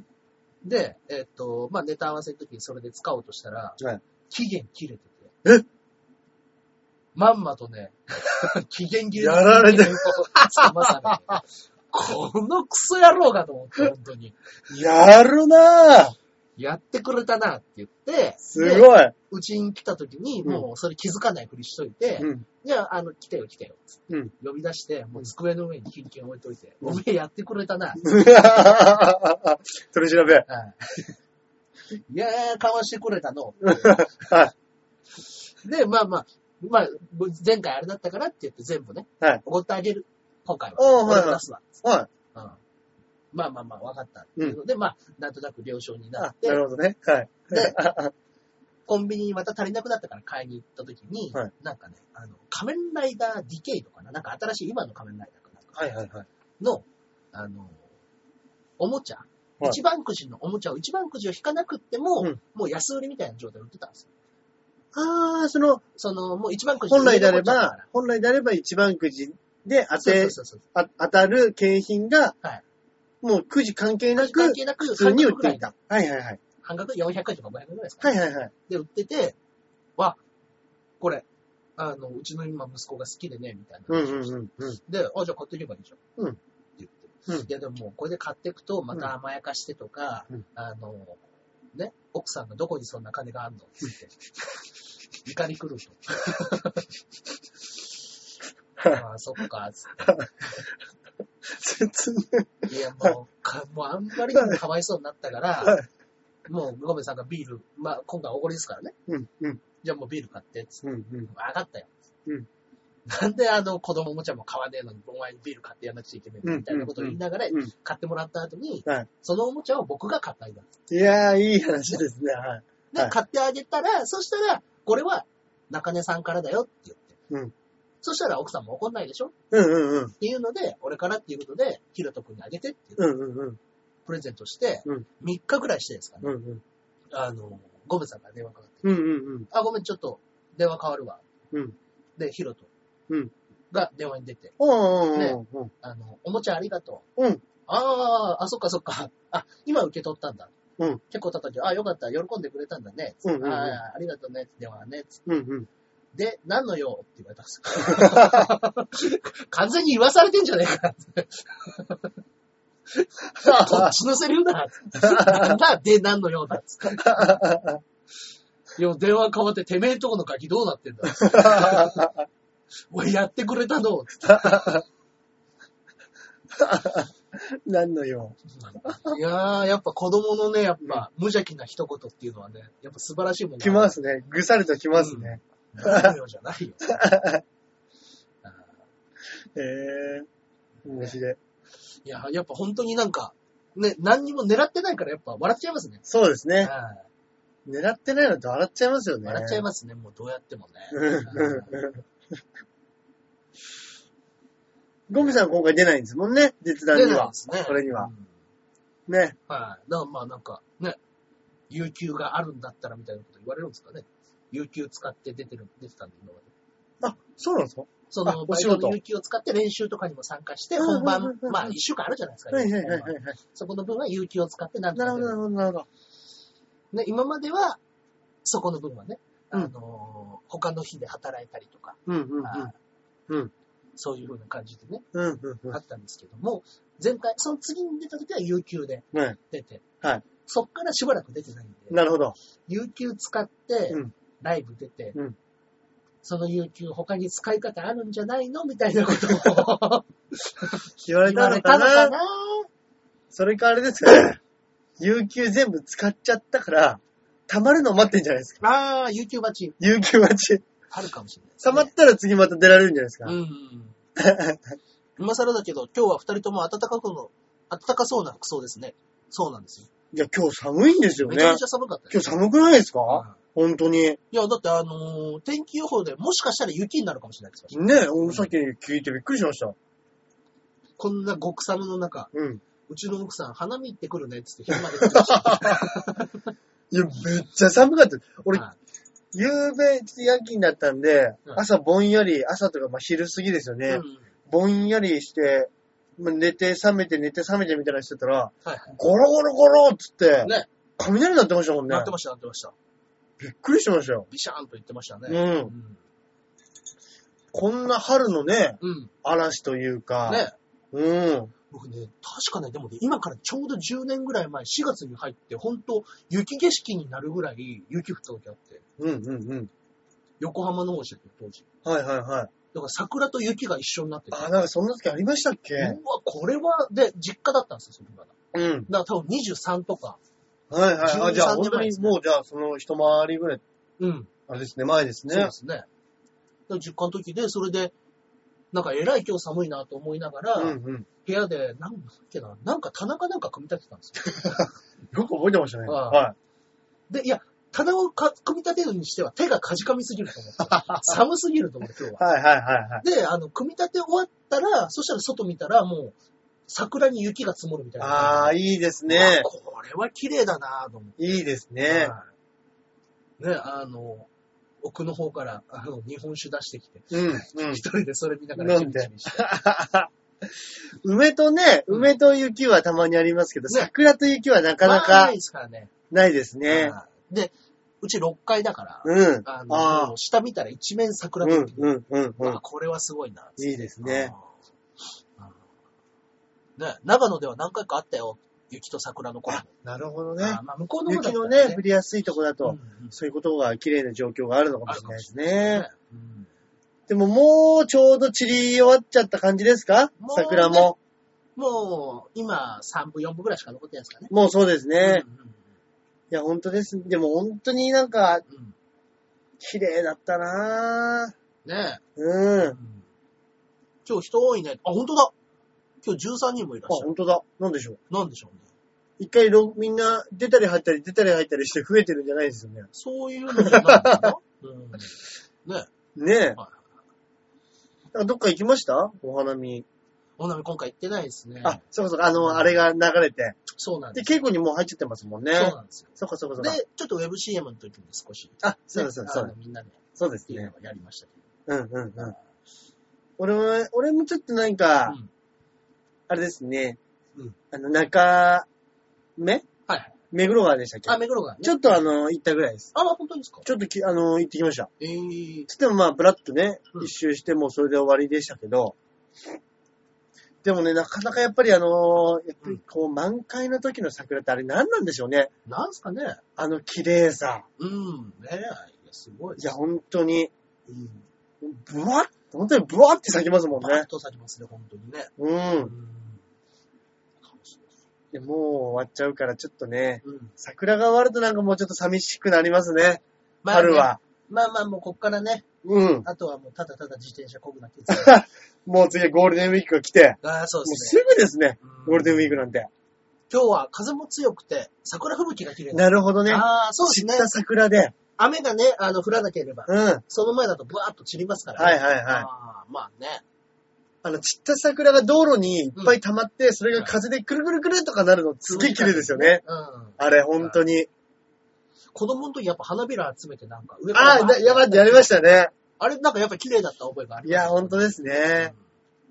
S2: で、えっと、まあ、ネタ合わせの時にそれで使おうとしたら、
S1: はい
S2: 期限切れて
S1: え
S2: て。まんまとね、 期限切れ
S1: やられて
S2: る。つまされて このクソ野郎がと思って、本当に。
S1: やるなぁ
S2: やってくれたなって言って、
S1: す
S2: で
S1: ごい、
S2: うちに来た時に、もうそれ気づかないふりしといて、
S1: うん、
S2: じゃあ、あの、来てよ来てよ。
S1: うん
S2: 呼び出して、もう机の上に金券置いといて、
S1: うん
S2: おめえやってくれたな。
S1: それ調べ。
S2: はい。いやー、かわしてくれたの。
S1: は
S2: で、まあまあ、まあ、前回あれだったからって言って全部ね、
S1: はい
S2: おごってあげる。今回は。
S1: おーはいはい
S2: 俺が出すわ。
S1: い。は
S2: うん。まあまあまあ、わかった。っていうので、まあ、なんとなく了承に
S1: い。
S2: な
S1: あ
S2: っ、
S1: な
S2: て、
S1: るほどね。はい。
S2: で、コンビニにまた足りなくなったから買いに行った時に、
S1: はい
S2: なんかね、あの、仮面ライダーディケイドかななんか新しい今の仮面ライダーかなんか
S1: はいはいはい。
S2: の、あの、おもちゃ、
S1: い
S2: 一番くじのおもちゃを一番くじを引かなくっても、
S1: うん
S2: もう安売りみたいな状態で売ってたんですよ。
S1: ああ、その、
S2: その、もう一番くじ
S1: 本来であれ
S2: 売れ残っちゃった
S1: ば
S2: から、
S1: 本来であれば一番くじで当
S2: そうそ
S1: て
S2: う、そうそう。
S1: あ当たる景品が
S2: はい、
S1: もうくじ関係な
S2: 関
S1: く、
S2: 係なく、
S1: 普通
S2: 半
S1: に売
S2: 額
S1: っ
S2: ぐら
S1: てい
S2: い
S1: た。はいはいはい。
S2: 半額400円とか500円ぐらいですか。
S1: はいはいはい。
S2: で、売ってて、わ、これ、あの、うちの今息子が好きでね、みたいな
S1: う
S2: 話
S1: ん
S2: をして。
S1: うんうんうん。
S2: で、あ、じゃあ買っていけばいいじゃん。
S1: うん
S2: って言って。
S1: うん
S2: いや、でももうこれで買っていくと、また甘やかしてとか、
S1: うん
S2: あの、ね、奥さんがどこにそんな金があんのって言って。怒り狂 うと。ああ、そっか、つっ
S1: 切ない。
S2: て。いや、もう、かもうあんまりにもかわいそうになったから、
S1: は
S2: もう、ごめんさんがビール、まあ、今回おごりですからね。
S1: うんうん
S2: じゃあもうビール買って、つって。
S1: うんうん。
S2: 分かったよ。
S1: うん
S2: なんであの子供おもちゃも買わねえのに、お前にビール買ってやらなくちゃいけないの
S1: うん
S2: みたいなことを言いながら
S1: うん、
S2: 買ってもらった後に、
S1: はい
S2: そのおもちゃを僕が買ったんだ。
S1: いやー、いい話ですね。はい。
S2: で、
S1: はい
S2: 買ってあげたら、そしたら、これは中根さんからだよって言って。
S1: うん
S2: そしたら奥さんも怒んないでしょっ
S1: うんうんうん。
S2: ていうので、俺からっていうことで、ひろとくんにあげてって言って
S1: うんうんうん。
S2: プレゼントして、
S1: うん
S2: 3日ぐらいしてですかね、
S1: うんうん。
S2: あの、ゴムさんから電話かかって、
S1: うんうんうん。
S2: あ、ごめん、ちょっと電話変わるわ。
S1: うん
S2: で、ヒロト
S1: うん
S2: が電話に出て、
S1: おーおー
S2: ね
S1: おーおー
S2: あの、おもちゃありがとう。
S1: うん。
S2: ああ、あ、そっかそっか。あ、今受け取ったんだ。
S1: うん。
S2: 結構経った時、あ、よかった。喜んでくれたんだね。
S1: うんうんうん
S2: ああ、ありがとうね。ではね。
S1: うんうん。
S2: で、何の用って言われたんです よ。完全に言わされてんじゃねえか。こっちのセリフだ。なんだ、で、何の用だっつって。いや、電話変わって、てめえんとこのガキどうなってんだっつって。 俺やってくれたのつって
S1: 何のよ。
S2: いやー、やっぱ子供のね、やっぱ無邪気な一言っていうのはね、やっぱ素晴らしいもん
S1: 来ますね。ぐさりと来ますね。
S2: 何の用じゃないよ。
S1: ええ面白い。
S2: いや、やっぱ本当になんか、ね、何にも狙ってないからやっぱ笑っちゃいますね。
S1: そうですね。
S2: はい
S1: 狙ってないのと笑っちゃいますよね。
S2: 笑っちゃい
S1: ま
S2: ますね、もうどうやってもね。
S1: す。ゴミさん今回出ないんですもんね。実弾
S2: 出
S1: に
S2: ない
S1: は
S2: で。すね。
S1: これには
S2: うん
S1: ね。
S2: はい。だからまあなんか、ね、有給があるんだったらみたいなこと言われるんですかね。有給使って出てる、出てたんで、今まで。
S1: あ、そうなんですか
S2: そ
S1: あ
S2: の、
S1: お
S2: バイ
S1: 仕
S2: ト
S1: 事
S2: の有給を使って練習とかにも参加して、
S1: うん
S2: 本
S1: うんうん
S2: 番
S1: う、ん
S2: まあ一週間あるじゃないですか。
S1: はいはいはいはい
S2: 本番。そこの分は有給を使ってなんと
S1: なるほ
S2: か出
S1: ど、
S2: る
S1: なるほど、なるほど。
S2: ね、今までは、そこの分はね、
S1: う
S2: あ
S1: ん
S2: のー他の日で働いたりとか、
S1: うんうん
S2: あ
S1: うん。うん
S2: そういう風な感じでね、
S1: うんうん
S2: あったんですけども、前回、その次に出た時は有給で
S1: うん。はい。
S2: 出て、
S1: はい
S2: そっからしばらく出てないんで、
S1: なるほど。
S2: 有給使って
S1: うん、
S2: ライブ出て、
S1: うん
S2: その有給他に使い方あるんじゃないのみたいなこ とを
S1: 言われ
S2: 言
S1: た
S2: われ
S1: のか
S2: たのか
S1: な
S2: な
S1: それかあれですか ね。有給全部使っちゃったから、溜まるのを待ってんじゃないですか。
S2: ああ、有給バチ
S1: 有給待ち。
S2: あるかもしれないです
S1: 溜
S2: ね、
S1: まったら次また出られるんじゃないですか。
S2: うん。今更だけど、今日は二人とも暖かくの、暖かそうな服装ですね。そうなんですよ。
S1: いや、今日寒いんですよ
S2: め
S1: ね。
S2: ちゃめち
S1: 今
S2: ゃ寒かったで
S1: 日
S2: す。
S1: 寒くないですか
S2: うん
S1: 本当に。
S2: いや、だってあのー天気予報でもしかしたら雪になるかもしれないですよ。
S1: ねえ、俺さっき聞いてびっくりしました。
S2: こんな極寒の中、
S1: うん。
S2: うちの奥さん、花見行ってくるねっつって昼まで来てました。
S1: いや、めっちゃ寒かった。 俺、
S2: はい
S1: 夕べちょっと夜勤だったんで、
S2: うん
S1: 朝ぼんやり、朝とかまあ昼過ぎですよね。
S2: うん
S1: ぼんやりして、まあ寝て冷めて寝て冷めてみたいなのしてたら、
S2: はいは
S1: ゴロゴロゴロっつって、
S2: い。ね、
S1: 雷鳴ってましたもんね
S2: な。ってました、なってました。
S1: びっくりしましたよ。
S2: ビシャーンと言ってましたね。
S1: うん
S2: ん。
S1: こんな春のね、
S2: うん。
S1: 嵐というか、
S2: ね。
S1: うん。
S2: 僕ね、確かね、でもね、今からちょうど10年ぐらい前、4月に入って、本当雪景色になるぐらい雪降った時あって、
S1: うんうんうん。
S2: 横浜の方でしたけど、当時。
S1: はいはいはい。
S2: だから桜と雪が一緒になってて、
S1: あ、なんかそんな時ありましたっけ
S2: うわ、これは、で、実家だったんですよ、それが。だ
S1: うん。
S2: から多分23とか、
S1: はいはい。あ、じゃあ
S2: 13
S1: 本当にもうじゃあその一回りぐらい、
S2: うん、
S1: あれですね、前です
S2: そう
S1: ね
S2: で。すね。だから実家の時で、それで、なんかえらい今日寒いなと思いながら、
S1: うんうん。
S2: 部屋で、なんだっけな、なんか棚かなんか組み立ててたんですよ。
S1: よく覚えてましたね。
S2: ああ
S1: は
S2: で、いや、棚をか組み立てるにしては手がかじかみすぎると 思って。寒すぎると思って、今日
S1: い。
S2: は。
S1: はいはいはいはい。
S2: で、あの、組み立て終わったら、そしたら外見たら、もう、桜に雪が積もるみたいな。
S1: ああ、
S2: い
S1: いいです
S2: ね
S1: ね。
S2: これは綺麗だなぁと思って。
S1: いいですね。
S2: はいね、あの、奥の方から、あの、日本酒出してきて、
S1: うんうん。
S2: 一人でそれ見ながら
S1: 飲んで
S2: チビチビして。
S1: 梅とね、
S2: うん
S1: 梅と雪はたまにありますけど、
S2: ね
S1: 桜と雪はなかな
S2: まあ
S1: か
S2: ないですからね。
S1: ないですね。
S2: はいで、うち6階だから、
S1: うん。
S2: あ
S1: あ
S2: の、
S1: ー
S2: もう下見たら一面桜
S1: う
S2: が降っ
S1: ん
S2: てくる
S1: うんうんう
S2: まあ、
S1: ん。
S2: これはすごいな。
S1: いいですね。
S2: あー。ね、長野では何回かあったよ。雪と桜のコラボ。
S1: なるほど
S2: あ
S1: ね
S2: ー。まあ、向こうの方
S1: 雪
S2: だった
S1: の
S2: ら
S1: ね、降りやすいとこだ
S2: うんう
S1: と、
S2: ん
S1: そういうことが綺麗な状況があるのかもしれないです
S2: ね
S1: ね。
S2: うん
S1: でももうちょうど散り終わっちゃった感じですか
S2: もうね
S1: 桜も。
S2: もう、今、3分、4分ぐらいしか残ってないですかね。
S1: もうそうですね。
S2: うん
S1: いや、本当です。でも本当になんか、
S2: うんうん
S1: 綺麗だったなぁ。
S2: ね
S1: う
S2: え
S1: ん。あ、
S2: 今日人多いね。あ、本当だ。今日13人もいらっしゃる。
S1: 本当だ。なんでしょう。
S2: なんでしょうね。
S1: 一回ろ、みんな出たり入ったり出たり入ったりして増えてるんじゃないですよね。
S2: そういうのじゃない かな。うん。ね
S1: ねえ
S2: え。。はい
S1: あどっか行きましたお花見。
S2: おなみ今回行ってないですね。
S1: あ、そうかそうか、あの、あれが流れて。
S2: そうなん
S1: で、
S2: です。
S1: 稽古にもう入っちゃってますもんね。
S2: そうなんですよ。
S1: そうかそうかそうか。
S2: で、ちょっと WebCM の時に少し、
S1: あ、そうだそうだそう
S2: あ
S1: だ
S2: の。みんなでっ
S1: そうです
S2: ていう
S1: ね
S2: の。をやりましたけど。
S1: うんうんうん。俺も、俺もちょっとなんか、
S2: うん
S1: あれですね。
S2: うん
S1: あの、中目
S2: はいはい。
S1: 目黒川でしたっけ
S2: あ、目黒川ね。
S1: ちょっとあの、行ったぐらいです。
S2: あ、本当ですか
S1: ちょっとき、あの、行ってきました。
S2: ええ
S1: つってもまあ、ブラッとね
S2: う、ん
S1: 一周してもうそれで終わりでしたけど、でもね、なかなかやっぱりあの、やっぱりこう、満開の時の桜ってあれ何なんでしょうね。
S2: なんすかね
S1: あの綺麗さ。
S2: うん。ねえ、いやすごい
S1: い
S2: です。
S1: や、本当に、
S2: うん。
S1: ブワッ、本当にブワッって咲きますもん
S2: バー
S1: ね
S2: ッ。と咲きますね、本当にね。
S1: う。
S2: うんん。楽しいです
S1: でもう終わっちゃうからちょっとね、
S2: うん。
S1: 桜が終わるとなんかもうちょっと寂しくなりますね。
S2: まあね
S1: 春は。。
S2: まあまあ、もうこっからね、
S1: うん。
S2: あとはもうただただ自転車こぐだけです。
S1: もう次ゴールデンウィークが来て、
S2: ああ、そう
S1: も
S2: で
S1: う
S2: すね。
S1: すぐですね、ゴールデンウィーク
S2: の。
S1: なんて。
S2: 今日は風も強くて、桜吹雪が綺麗だ
S1: なるほどね。
S2: ああ、そうです
S1: 散
S2: ね
S1: っ。た桜で。
S2: 雨がね、あの、降らなければ、
S1: うん。はい
S2: その前だとブワーッと散りますから、
S1: はい
S2: い。
S1: はい。
S2: ああ、まあね。
S1: あの、散った桜が道路にいっぱい溜まって、それが風でくるくるくるとかなるの、すげえ綺麗ですよね。
S2: うん。
S1: あれ、本当に。
S2: 子供の時やっぱ花びら集めてなんか上
S1: ああ、なやばってやりましたね。
S2: あれなんかやっぱ綺麗だった覚えがあり
S1: い
S2: ます
S1: や、本当です
S2: うん
S1: ね。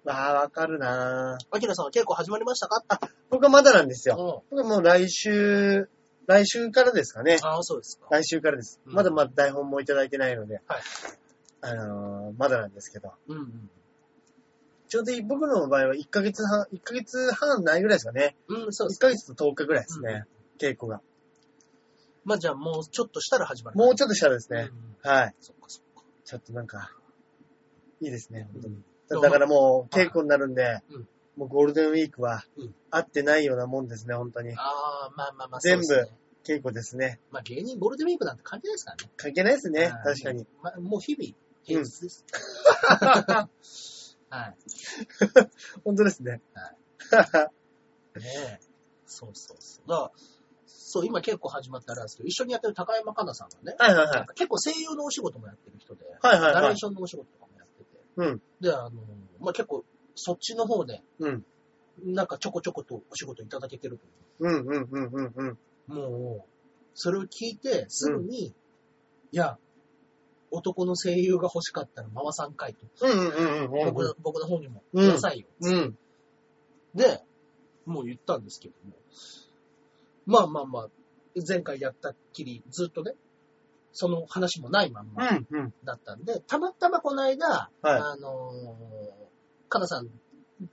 S1: わあ、わかるな
S2: アキラさんは結構始まりましたかあ、
S1: 僕はまだなんですよ。
S2: うん。
S1: 僕はもう来週、来週からですかね。
S2: ああ、そうですか。
S1: 来週からです。
S2: うん
S1: まだまだ台本もいただいてないので。
S2: はい
S1: あのーまだなんですけど。
S2: うんうん。
S1: ちょうど僕の場合は1ヶ月半、1ヶ月半ないぐらいですかね。
S2: うん、そうで
S1: 1
S2: す。
S1: ヶ月と10日ぐらいですね。稽古が。
S2: まあじゃあもうちょっとしたら始まる。
S1: もう
S2: ょ
S1: ちょっとしたらですね。はい。
S2: そっかそっか。
S1: ちょっとなんか、いいですね、本当に。
S2: うん
S1: だからもう
S2: はい
S1: 稽古になるんで
S2: うん、
S1: もうゴールデンウィークは
S2: うん
S1: 会ってないようなもんですね、本当に。
S2: ああ、まあまあまあ、
S1: 全部
S2: そうですね
S1: 稽古ですね。
S2: まあ芸人ゴールデンウィークなんて関係ないですからね。
S1: 関係ないですね
S2: は、い
S1: 確かに。。
S2: まあ、もう日々、平日です。はい。
S1: 本当ですね。
S2: ねえ。そうそうそう。だから、そう、今結構始まったらですけど、一緒にやってる高山かなさんがね、
S1: はいはいは
S2: なん
S1: い。
S2: か結構声優のお仕事もやってる人で、
S1: はいはい
S2: ナレ
S1: は
S2: ー
S1: い。
S2: ションのお仕事とかもやってて、
S1: うん。
S2: で、あの、まあ、結構、そっちの方で、
S1: うん。
S2: なんかちょこちょことお仕事いただけてると
S1: うんうんうんうんうん。
S2: 思う。もう、それを聞いて、すぐに、いや、男の声優が欲しかったらママさんかいと。
S1: うんうんうんうん
S2: 僕
S1: うん
S2: の僕の方にもく
S1: うん
S2: ださいよ。
S1: うん。
S2: で、もう言ったんですけども。まあまあまあ、前回やったっきり、ずっとね、その話もないまん
S1: う
S2: ま
S1: んうん。
S2: だったんで、たまたまこの間、
S1: はい。
S2: あのー、かなさん、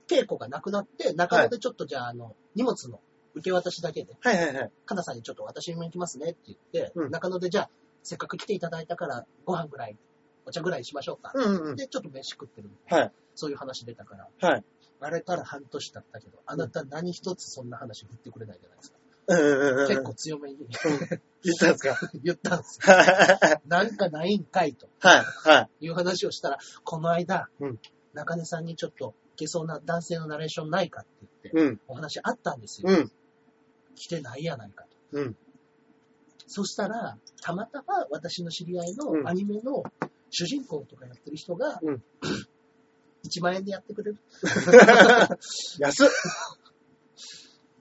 S2: 稽古がなくなって、中野でちょっとじゃあ、あの、荷物の受け渡しだけで、
S1: はいはいはい。
S2: かなさんにちょっと私も行きますねって言って、
S1: うん
S2: 中野でじゃあ、せっかく来ていただいたから、ご飯ぐらい、お茶ぐらいしましょうか。
S1: うんうんうん。
S2: で、ちょっと飯食ってるみたいな
S1: はい。
S2: そういう話出たから。
S1: はい。
S2: あれから半年経ったけど、あなた何一つそんな話振ってくれないじゃないですか。
S1: うんうんうんうん。
S2: 結構強めに
S1: 言ったんですか
S2: 言ったんですよ。
S1: はい
S2: なんかないんかいと
S1: はい。
S2: いう話をしたら、この間、
S1: うん
S2: 中根さんにちょっといけそうな男性のナレーションないかって言って、
S1: うん
S2: お話あったんですよ。
S1: うん
S2: 来てないやないかと。
S1: うん。
S2: そしたら、たまたま私の知り合い
S1: うん
S2: のアニメの主人公とかやってる人が、
S1: うん
S2: 1万円でやってくれる。
S1: 安っ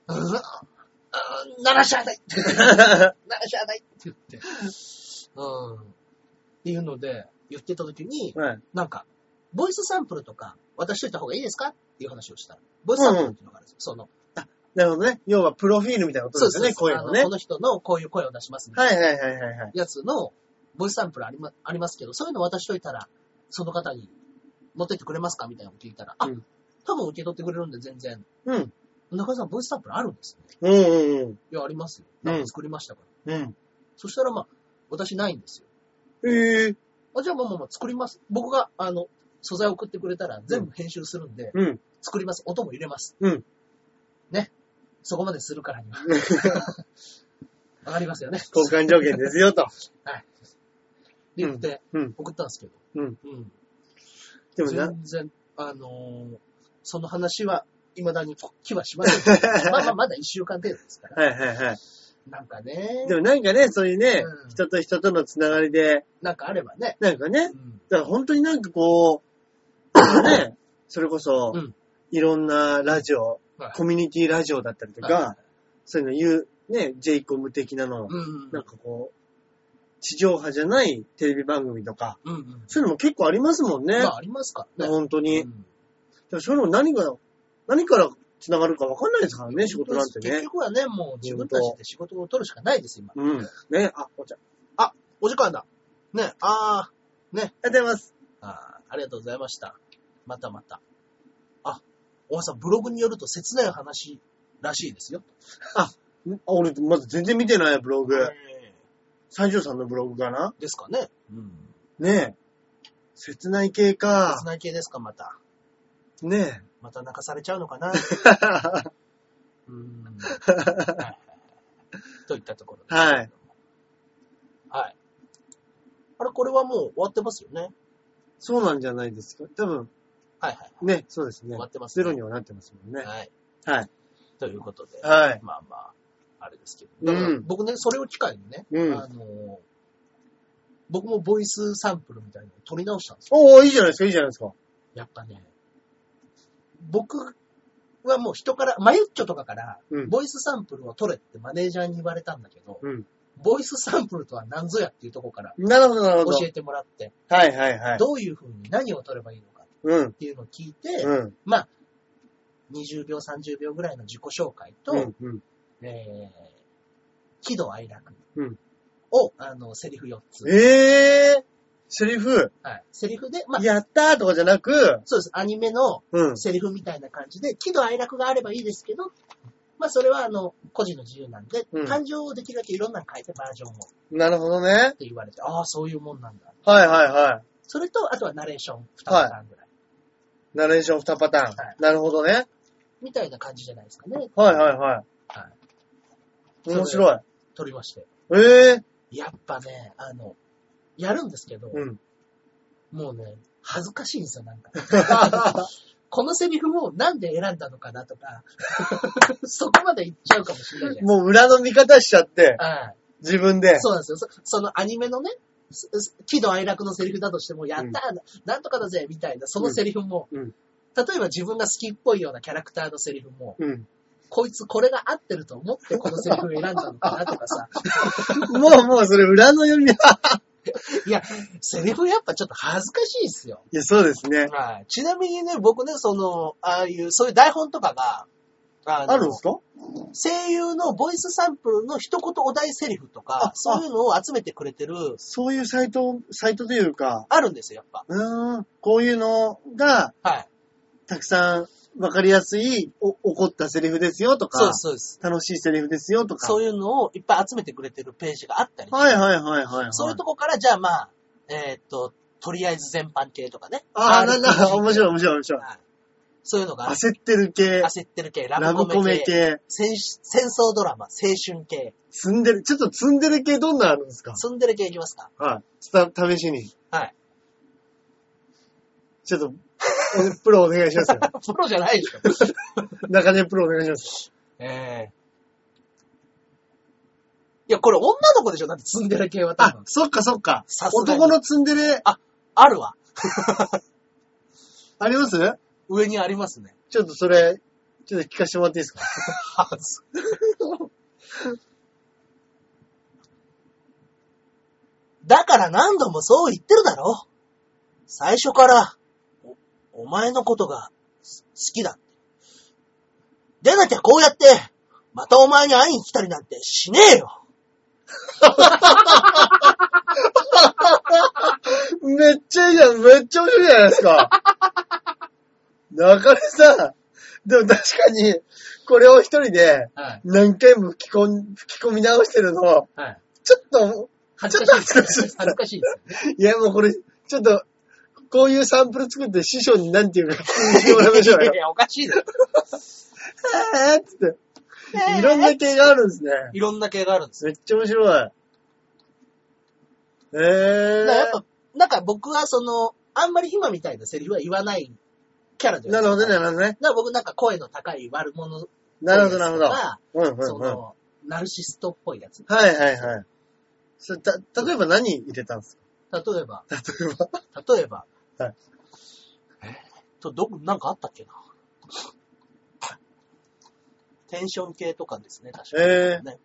S2: うーんうーんならしゃあ ないならしゃあないって言って。うん。っていうので、言ってた時に、
S1: はい。
S2: なんか、ボイスサンプルとか渡しといた方がいいですかっていう話をしたら。ボイスサンプルっていうのがあるんですよ。その、
S1: なるほどね。要はプロフィールみたいなことですよね、声
S2: あ
S1: の
S2: の
S1: ね
S2: こ。の人のこういう声を出しますみたい
S1: はいはいはいはいはい。
S2: なやつのボイスサンプルあり,、まありますけど、そういうの渡しといたら、その方に持ってってくれますかみたいなのを聞いたら、あ、
S1: うん
S2: 多分受け取ってくれるんで全然。
S1: うん。
S2: 中井さん、ボイスサンプルあるんです
S1: う
S2: ね。
S1: んうんうん。
S2: いや、ありますよ。
S1: うん
S2: なんか作りましたから。
S1: うん。
S2: そしたらまあ、私ないんですよ。
S1: ええ
S2: あ、じゃあまあまあまあ作ります。僕が、あの、素材送ってくれたら全部編集するんで、
S1: うん。
S2: 作ります。音も入れます。
S1: うん。
S2: ね。そこまでするから には。わかりますよね。
S1: 交換条件ですよ、と。
S2: で言って
S1: うん。
S2: 送ったんですけど。
S1: うん。
S2: うん。
S1: でもな、
S2: 全然、あのーその話は、未だに気はしません。 まあまあ、まだ一週間程度ですから。
S1: はいはいはい。
S2: なんかね。
S1: でもなんかね、そういうね、
S2: うん
S1: 人と人とのつながりで、
S2: なんかあればね。
S1: なんかね
S2: う、ん。
S1: だから本当になんかこう、ね、それこそ、
S2: うん
S1: いろんなラジオ、
S2: はい
S1: コミュニティラジオだったりとか、
S2: はい
S1: そういうの言う、ね、ジェイコム的なの、
S2: うん。
S1: なんかこう、地上波じゃないテレビ番組とか、
S2: うんうん。
S1: そういうのも結構ありますもんね。
S2: まあ、ありますからね。
S1: 本当に。
S2: うん
S1: でもそういうの何が、何から繋がるか分かんないですからね、仕事なんて
S2: 結
S1: ね。
S2: 局はね、もう自分たちで仕事を取るしかないです、今。
S1: うん。ね、あ、お茶。
S2: お時間だ。ね、あ
S1: ありがとうございます。
S2: ーあー、ありがとうございました。またまた。あ、おはさん、ブログによると切ない話らしいですよ。
S1: んあ俺、まず全然見てないよブログ。
S2: え
S1: 西条さんのブログかな
S2: ーですかね。うん。
S1: ねえ。切ない系か
S2: 切。ない系ですか、また。
S1: ね
S2: また泣かされちゃう のかな。
S1: え。
S2: うーん。はいといったところです
S1: はい。
S2: はい。あれ、これはもう終わってますよね。
S1: そうなんじゃないですか。多分、
S2: はいはい。
S1: ね、そうですね
S2: 終わ。ってます
S1: ゼ
S2: ね。
S1: ロにはなってますもんね。
S2: はい。
S1: はい。
S2: ということで。
S1: はい。
S2: まあまあ、あれですけど。だか
S1: う
S2: ら
S1: ん
S2: 僕ね、それを機会にね、
S1: うん
S2: あの、僕もボイスサンプルみたいなのを取り直したんですよ。
S1: おー、いいじゃないですか、いいじゃないですか。
S2: やっぱね、僕はもう人から、マユッチョとかから、
S1: うん
S2: ボイスサンプルを取れってマネージャーに言われたんだけど、
S1: うん
S2: ボイスサンプルとは何ぞやっていうところから
S1: なるほど、なるほ
S2: 教
S1: ど。
S2: えてもらって、
S1: はい、はい、はい。
S2: どういう風に何を取ればいいのか
S1: うん
S2: っ、ていうのを聞いて、
S1: うん、
S2: 20秒、30秒ぐらいの自己紹介と、
S1: うん、うん。
S2: えー、喜怒哀楽
S1: うん
S2: を、あの、セリフ4つ。
S1: えー、セリフ、
S2: はい。セリフで、まあ、
S1: やったーとかじゃなく、
S2: そうです。アニメの
S1: うん、
S2: セリフみたいな感じで、喜怒哀楽があればいいですけど、まあ、それは、あの、個人の自由なんで、
S1: うん
S2: 感情をできるだけいろんなの変えてバージョンをって
S1: なるほどね。
S2: 言われて、ああ、そういうもんなんだ。
S1: はい、はい、は
S2: それと、あとはナレーション2パターンぐらい。
S1: い。ナレーション2パターン。
S2: はい
S1: なるほどね。
S2: みたいな感じじゃないですかね。
S1: はい、はい、はい。
S2: は
S1: 面白い。
S2: 撮りまして。
S1: えー、
S2: やっぱね、あの、やるんですけど、
S1: うん。
S2: もうね、恥ずかしいんですよ、な んか。このセリフをなんで選んだのかなとか、 そこまで言っちゃうかもしれないじゃないです
S1: もう裏の見方しちゃって、
S2: か。はい
S1: 自分で。
S2: そうなんですよそ。そのアニメのね、すす喜怒哀楽のセリフだとしても、やったー、なんとかだぜ、みたいな、そのセリフも、
S1: うんうん
S2: 例えば自分が好きっぽいようなキャラクターのセリフも、
S1: うん。
S2: こいつこれが合ってると思ってこのセリフを選んだのかなとかさ、
S1: もう、もう、それ裏の読み、い
S2: いや、セリフやっぱちょっと恥ずかしいですよ。
S1: や、そうですね。
S2: はい。ちなみにね、僕ね、その、ああいう、そういう台本とかが、あの
S1: あるんですか
S2: 声優のボイスサンプルの一言お題セリフと
S1: あ
S2: か、そういうのを集めてくれてる、
S1: そういうサイト、サイトというか、
S2: あるんですよ、やっぱ。
S1: うーん、こういうのが、
S2: はい。
S1: たくさん分かりやすいお怒ったセリフですよと
S2: そ
S1: か
S2: うで、す、そうです。
S1: 楽しいセリフですよとか。
S2: そういうのをいっぱい集めてくれてるページがあったり、
S1: はいはいはいはい、はい。
S2: そういうとこから、じゃあまあ、えーっと、とりあえず全般系とかね。
S1: ああ、なんだ、面
S2: い。
S1: 白い面白い面白い。
S2: はいそういうのが、
S1: 焦ってる系、
S2: 焦ってる系、ラ
S1: ラ
S2: ブ
S1: ブ
S2: コ
S1: コ
S2: メ
S1: メ
S2: 系、
S1: 系、
S2: 戦戦争ドラマ、青春系、
S1: ツンデレ、ちょっとツンデレ系どんなのあるんですか
S2: ツンデレ系いきますか
S1: はい。ちょっと試しに。
S2: はい。
S1: ちょっと、おプロお願いしますよ。
S2: プロじゃないでしょ。
S1: 中根プロお願いします。
S2: ええいや、これ女の子でしょだってツンデレ系は多
S1: あ
S2: 分、。
S1: そっかそっか
S2: さ。すがに
S1: 男のツンデレ、
S2: あるわ。
S1: あります
S2: 上にありますね。
S1: ちょっとそれ、ちょっと聞かせてもらっていいですか
S2: だから何度もそう言ってるだろ。最初から、お、お前のことがす好きだ。でなきゃこうやって、またお前に会いに来たりなんてしねえよ。
S1: めっちゃいいじゃん。めっちゃ面白いじゃないですか。中根さん、でも確かに、これを一人で
S2: はい。
S1: 何回も吹き込ん吹き込み直してるの、
S2: はい。
S1: ちょっと、
S2: 恥
S1: ずかしいですね
S2: 恥ずかしいです。
S1: いやもうこれ、ちょっと、こういうサンプル作って師匠に何て言うか聞いてもらいましょうよ。
S2: や、おかしいです。
S1: えーっつって。いろんな系があるんですね。
S2: いろんな系があるんですよ
S1: めっちゃ面白い。えー。
S2: だからやっぱ、なんか僕はその、あんまり今みたいなセリフは言わないキャラじゃ
S1: なるほどね、
S2: だ
S1: な
S2: か
S1: るほどね。
S2: ら僕なんか声の高い悪者と
S1: なるほど、なるほど。
S2: か
S1: うん、うん、
S2: そ
S1: うん。
S2: の、ナルシストっぽいやつ。
S1: はいはいはい。それた、例えば何入れたんですか
S2: 例えば、
S1: 例えば。
S2: 例えば、
S1: はい
S2: えーっと、どこ、なんかあったっけな。テンション系とかですね、確かに。
S1: え
S2: ね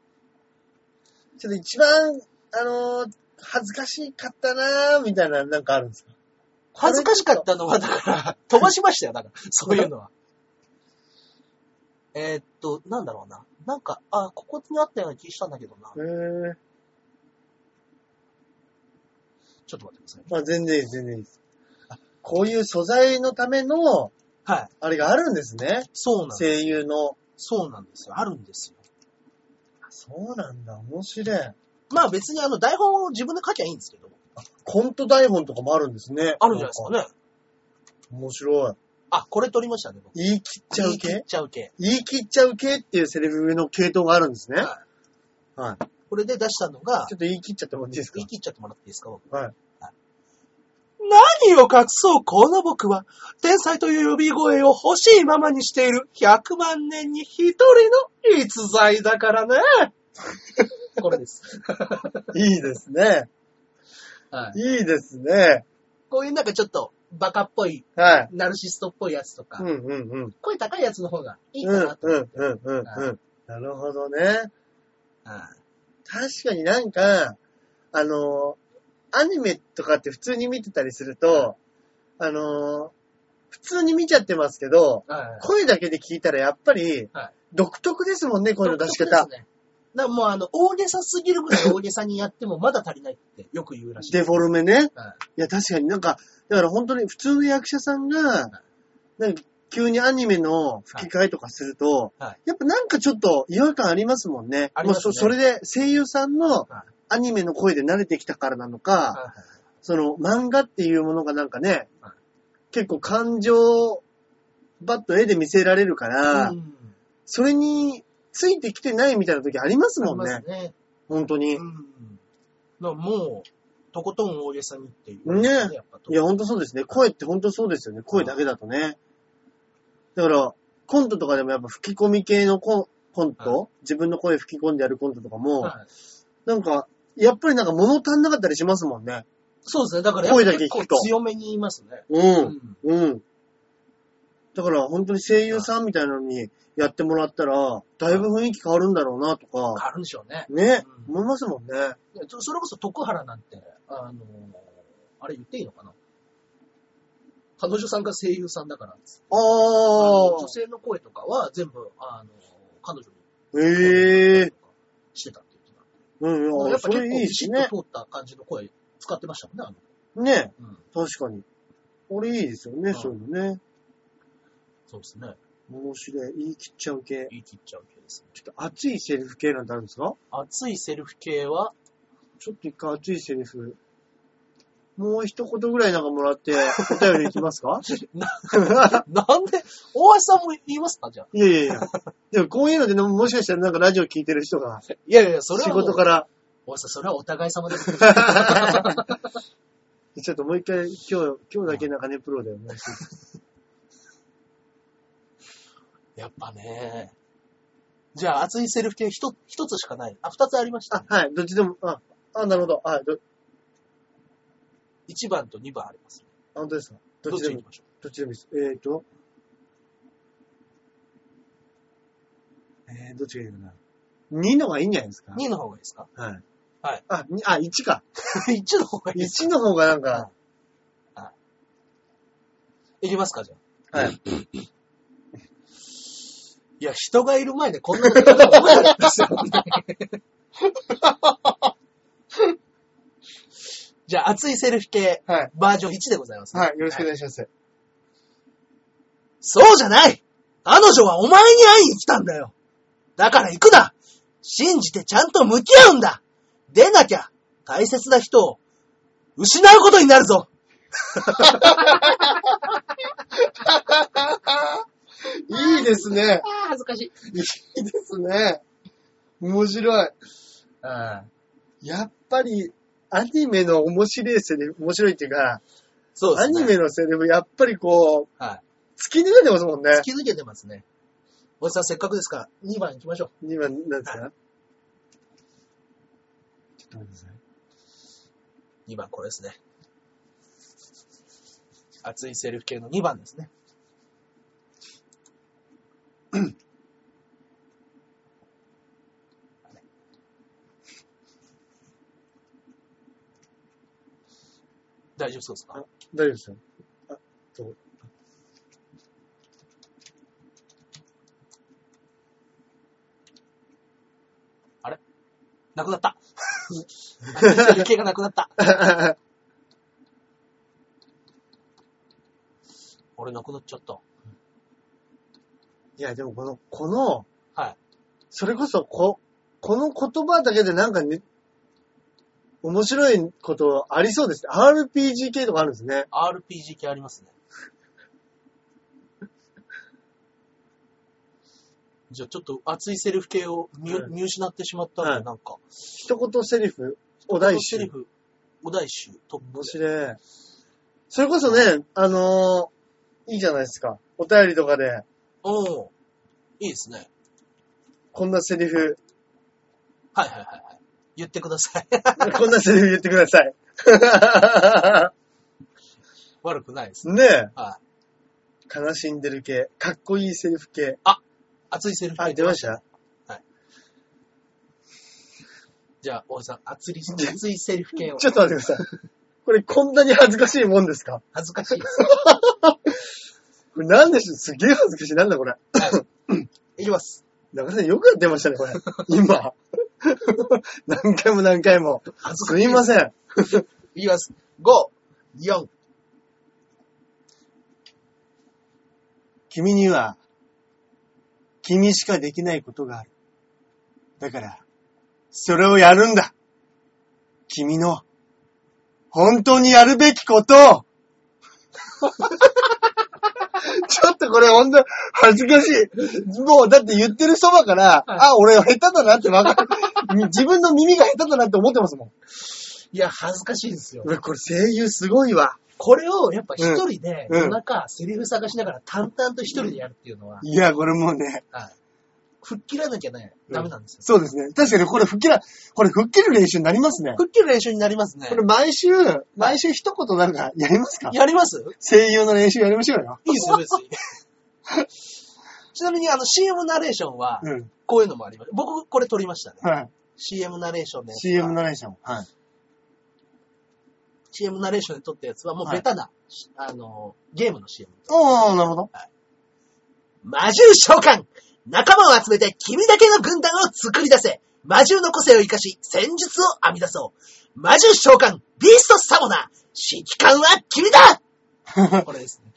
S1: ちょっと一番、あのー恥ずかしかったなーみたいな、なんかあるんですか
S2: 恥ずかしかったのは、だから、飛ばしましたよ、だから、そういうのは。えーっと、なんだろうな。なんか、あ、ここにあったような気したんだけどな。
S1: へえ。
S2: ちょっと待ってくださいね。
S1: まあ全然いいです、全然いいです。こういう素材のための、
S2: はい。
S1: あれがあるんですね。
S2: そうなんです。
S1: 声優の。
S2: そうなんですよ。あるんですよ。
S1: そうなんだ、面白い。
S2: まあ別にあの台本を自分で書きゃいいんですけど。
S1: コント台本とかもあるんですね。
S2: あるんじゃないですか
S1: ね。
S2: ね。
S1: 面白い。
S2: あ、これ撮りましたね、僕。
S1: 言い切っちゃう
S2: 言い切
S1: 系
S2: っちゃう系。
S1: 言い切っちゃう系っていうセレブの系統があるんですね。
S2: は
S1: はい。
S2: これで出したのが
S1: ちょ、っと言い切っちゃってもらっていいですか
S2: 言い切っちゃってもらっていいですか、僕。
S1: はい。
S2: 何を隠そう、この僕は、天才という呼び声を欲しいままにしている100万年に一人の逸材だか らね。これです。
S1: いいですね。
S2: はい。
S1: いいですね。
S2: こういうなんかちょっと、バカっぽい、
S1: はい。
S2: ナルシストっぽいやつとか、
S1: うんうんうん。
S2: 声高いやつの方がいい
S1: うんう
S2: か
S1: ん
S2: なと。
S1: うんうんうん。なるほどね。確かになんか、あの、アニメとかって普通に見てたりすると、あの、普通に見ちゃってますけど、
S2: はい
S1: 声だけで聞いたらやっぱり、
S2: はい
S1: 独特ですもんね、声の出し
S2: 独特
S1: 方。
S2: ですね。だからもうあの、大げさすぎるぐらい大げさにやってもまだ足りないってよく言うらしい。
S1: デフォルメね。
S2: はい
S1: や、確かになんか、だから本当に普通の役者さんが、なんか急にアニメの吹き替えとかすると、
S2: はい
S1: やっぱなんかちょっと違和感ありますもんね。
S2: ありますね
S1: あそそれで声優さんの
S2: はい
S1: アニメの声で慣れてきたからなのか、
S2: い。
S1: その漫画っていうものがなんかね、
S2: はい
S1: 結構感情をバッと絵で見せられるから、
S2: うん
S1: それについてきてないみたいな時あります
S2: あり
S1: もん
S2: ま
S1: ね
S2: す。ね。
S1: 本当に。
S2: うん。だからもう、とことん大げさにっていう、
S1: ね
S2: やっぱと
S1: いや、ほんとそうですね。声ってほんとそうですよね。声だけだとね。だから、コントとかでもやっぱ吹き込み系のコンコント、自分の声吹き込んでやるコントとかも、
S2: はい
S1: なんか、やっぱりなんか物足んなかったりしますもんね。
S2: そうですね。だからやっぱ
S1: 声だけ
S2: 結
S1: 聞
S2: 構
S1: くと
S2: 強めに言いますね。
S1: う。
S2: うんん
S1: うん。だから本当に声優さんみたいなのにやってもらったら、だいぶ雰囲気変わるんだろうなと
S2: 変
S1: か、
S2: わるんでしょうね。
S1: ね、
S2: うん
S1: 思いますもんね。
S2: いやそそれこそ徳原なんて、あのーあれ言っていいのかな彼女さんが声優さんだからっつって
S1: あ
S2: あの
S1: あ
S2: 女性の声とかは全部、あのー彼女に
S1: ええー。
S2: してたって言ってた。
S1: うん、
S2: や
S1: あ
S2: っぱ
S1: そ
S2: 結
S1: れ
S2: 構
S1: いい
S2: ビ
S1: し
S2: シ
S1: ね
S2: ッ。と通った感じの声使ってましたもんね、あの
S1: ね、
S2: 子。うん。
S1: 確かに。これいいですよね、
S2: うん
S1: そういうのね。
S2: そうですね。
S1: 面白い。言い切っちゃう系。
S2: 言い切っちゃう系ですね。
S1: ちょっと熱いセリフ系なんてあるんですか
S2: 熱いセルフ系 は、
S1: ちょっと一回熱いセリフ。もう一言ぐらいなんかもらって、お便りいきますか
S2: なんで、大橋さんも言いますかじゃあ。
S1: いやいやいや。でもこういうので、もしかしたらなんかラジオ聞いてる人が、
S2: いやいや、それは
S1: 仕
S2: もう
S1: 事から。
S2: 大橋さん、それは お互い様です。
S1: ちょっともう一回、今日、今日だけなんかね、プロでお願いします。
S2: やっぱね。じゃあ、熱いセルフ系一一つしかない。あ、二つありました、
S1: あ
S2: ね、。
S1: はい、どっちでも、あ、あ、なるほど。はい、ど、
S2: 一番と二番あります、ね。
S1: あ本当ですかど
S2: ど
S1: っ
S2: っ
S1: ち
S2: ち
S1: で
S2: に
S1: も
S2: 行き、ましょ
S1: どっちでもいいです。えーと、えー、どっちがいいかな。2のがいいんじゃないですか
S2: う。二の方がいいですか
S1: はい。
S2: はい。
S1: あ、にあ、1か。
S2: 一の方がいいですか
S1: 1の方がなんか、
S2: いきますか、じゃあ。
S1: はい。
S2: いや、人がいる前でこんなこと言うの面白いですよね。 じゃあ、熱いセルフ系、
S1: はい。
S2: バージョン1でございます、
S1: はい、よろしくお
S2: ね。
S1: 願いします。
S2: そうじゃない彼女はお前に会いに来たんだよだから行くな信じてちゃんと向き合うんだでなきゃ、大切な人を、失うことになるぞ
S1: いいですね。
S2: ああ、恥ずかしい。
S1: いいですね。面白い。
S2: うん。
S1: やっぱり、アニメの面白いセリフ、面白いっていうか、
S2: そうで
S1: ア
S2: すね。
S1: ニメのセリフ、やっぱりこう、
S2: は
S1: 突き抜けてますもんね
S2: い。。突き抜けてますね。おじさん、せっかくですから、2番行きましょう。
S1: 今、なんですか、ちょっと待ってください。
S2: 2番これですね。熱いセルフ系の2番ですね。大丈夫そうですか
S1: 大丈夫ですよ。 あ、どう
S2: なくなった。生きてる気がなくなった。俺なくなっちゃった。
S1: いや、でもこの、この、
S2: はい。
S1: それこそ、こ、この言葉だけでなんかね、面白いことありそうですね。RPG 系とかあるんですね。
S2: RPG 系あり ますね。じゃあちょっと熱いセリフ系を見,、
S1: うん
S2: 見失ってしまったんで、
S1: はい
S2: なんか。
S1: 一言セリフ、お題
S2: セリ
S1: 集。
S2: フ、お題集、トップ
S1: 面
S2: で。
S1: 白い。それこそね、あのーいいじゃないですか。お便りとかで、
S2: おーいいですね。
S1: こんなセリフ、
S2: はいはいはいはい。言ってください。
S1: こんなセリフ言ってください。
S2: 悪くないですね。
S1: ねえ、
S2: はい。
S1: 悲しんでる系、かっこいいセリフ系。
S2: 熱いセリフ
S1: あ、
S2: 系
S1: 出ました
S2: じゃあ、大井さん、熱い、熱いセリフ系を。
S1: ちょっと待ってください。これこんなに恥ずかしいもんですか
S2: 恥ずかしいです。
S1: これなんでしょすげえ恥ずかしい。なんだこれ。
S2: いきます。
S1: 中田さんよくやってましたね、これ。 今。何回も何回も。
S2: 恥ず
S1: す
S2: かしい
S1: い
S2: です
S1: ません。
S2: いきます。5、4、
S1: 君には、君しかできないことがある。だから、それをやるんだ。君の、本当にやるべきことを。 ちょっとこれほんと恥ずかしい。もうだって言ってるそばから、
S2: はい
S1: あ、俺下手だなってわかる。 自分の耳が下手だなって思ってますもん。
S2: いや、恥ずかしいですよ
S1: う。わこれ声優すごいわ。
S2: これをやっぱ一人で
S1: うん
S2: 夜中セリフ探しながら淡々と一人でやるっていうのは、
S1: いや、これもうね、
S2: はい。吹っ切らなきゃね、
S1: うん
S2: ダメなんですよ。
S1: そうですね。確かにこれ吹っ切ら、これ吹っ切る練習になりますね。
S2: 吹っ切る練習になりますね
S1: こ。れ毎週、毎週一言なんかやりますか
S2: やります
S1: 声優の練習やりましょうよ。
S2: いいですよ、別に。ちなみに、あの、CM ナレーションは、
S1: うん。
S2: こういうのもあります。僕、これ撮りましたね。
S1: はい。
S2: CM ナレーションで。
S1: CM ナレーション。はい。
S2: CM ナレーションで撮ったやつは、もうベタな、あの、ゲームの CM。
S1: おー、なるほど。
S2: 魔獣召喚仲間を集めて君だけの軍団を作り出せ魔獣の個性を活かし戦術を編み出そう魔獣召喚ビーストサモナー指揮官は君だ これですね。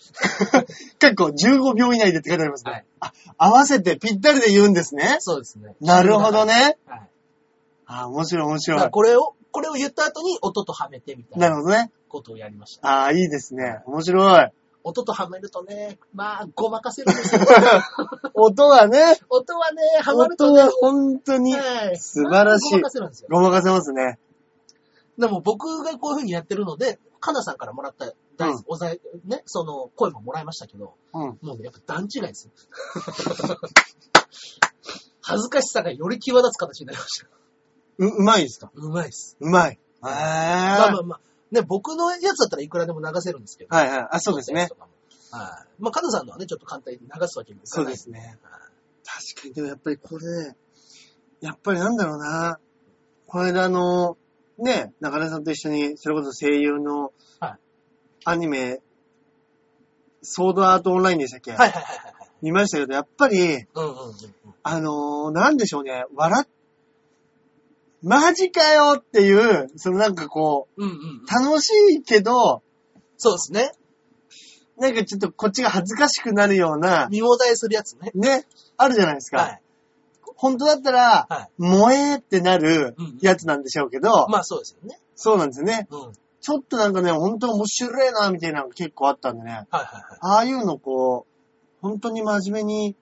S1: 結構15秒以内でって書いてありますね。
S2: はい
S1: あ、合わせてぴったりで言うんですね。
S2: そうですね。
S1: なるほど。ね。
S2: はい。
S1: あー、面白い面白
S2: だから
S1: い。
S2: これを、これを言った後に音とはめてみたい
S1: なる
S2: な
S1: ほどね。
S2: ことをやりました。
S1: あー、いいですね。面白 い。
S2: 音とはめるとね、まあ、ごまかせるん ですよ。
S1: 音がね、
S2: 音はね、はまると
S1: 音
S2: ね
S1: が、本当に
S2: はい
S1: 素晴らしい
S2: ごまかせるんですよ。
S1: ごまかせますね。
S2: でも僕がこういう風にやってるので、かなさんからもらった大豆、
S1: うん
S2: お材、ね、その声ももらいましたけど、
S1: うん。
S2: もうね、やっぱ段違 いですよ。恥ずかしさがより際立つ形になりました。
S1: う、うまいですか
S2: うまいです。
S1: うまい。えー。
S2: まあま
S1: は
S2: あまあ、ね、僕のやつだったらいくらでも流せるんですけど。
S1: いはい。あ、そうですね
S2: 撮。ったやつとかも。はい。まあ、かなさんのはね、ちょっと簡単に流すわけにもいか
S1: そう
S2: ない。
S1: ですね。
S2: はい。
S1: 確かに、でもやっぱりこれね、やっぱりなんだろうな。この間あの、ね、中根さんと一緒に、それこそ声優の
S2: はい
S1: アニメ、ソードアートオンラインでしたっけ、
S2: はいはいはいはいはい。
S1: 見ましたけど、やっぱり、
S2: うんうんうんうん。
S1: あのーなんでしょうね、笑っ、マジかよっていう、そのなんかこ
S2: うんうんうん
S1: う、。楽しいけど、
S2: そうですね。
S1: なんかちょっとこっちが恥ずかしくなるような、
S2: 見放題するやつね。
S1: ね、あるじゃないですか。
S2: はい。
S1: 本当だったら、
S2: はい
S1: 萌えってなる
S2: うんうん
S1: やつなんでしょうけど、
S2: まあそうですよね。
S1: そうなんですよね。
S2: うん。はい
S1: ちょっとなんかね、本当面白いな、みたいなのが結構あったんでね。
S2: はいはい。
S1: ああいうのこう、本当に真面目に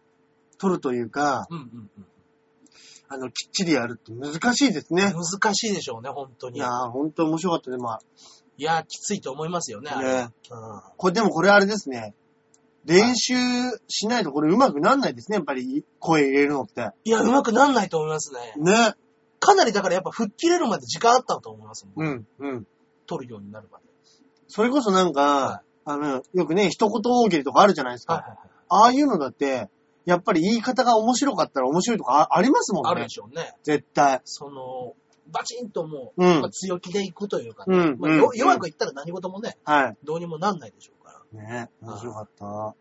S1: 撮るというか、
S2: うんうんうん。
S1: あの、きっちりやるって難しいですね。
S2: 難しいでしょうね、本当
S1: い
S2: に。い
S1: や
S2: や
S1: ー、本当面白かったね、ま
S2: ー、きついと思いますよね。
S1: あ。
S2: あれ
S1: ね
S2: うん
S1: これ、でもこれあれですね。練習しないとこれ上手くなんないですね、やっぱり声入れるのって。
S2: いや、うまくなんないと思いますね。
S1: ね。
S2: かなりだからやっぱ吹っ切れるまで時間あったと思いますもん。
S1: うん、うん。
S2: 取るようになるまで。
S1: それこそなんか、
S2: は
S1: あの、よくね、一言大喜利とかあるじゃないですか。
S2: はいはいはい。
S1: ああいうのだって、やっぱり言い方が面白かったら面白いとかあありますも
S2: あ
S1: ん
S2: る
S1: ね
S2: で。しょうね。
S1: 絶対。
S2: その、バチンともう、
S1: うん
S2: まあ強気でいくというか、
S1: う
S2: ね
S1: ん
S2: まあ
S1: うん
S2: よ弱くいったら何事もね、
S1: は
S2: どうにもなんないでしょうから。
S1: い。ね面白かった。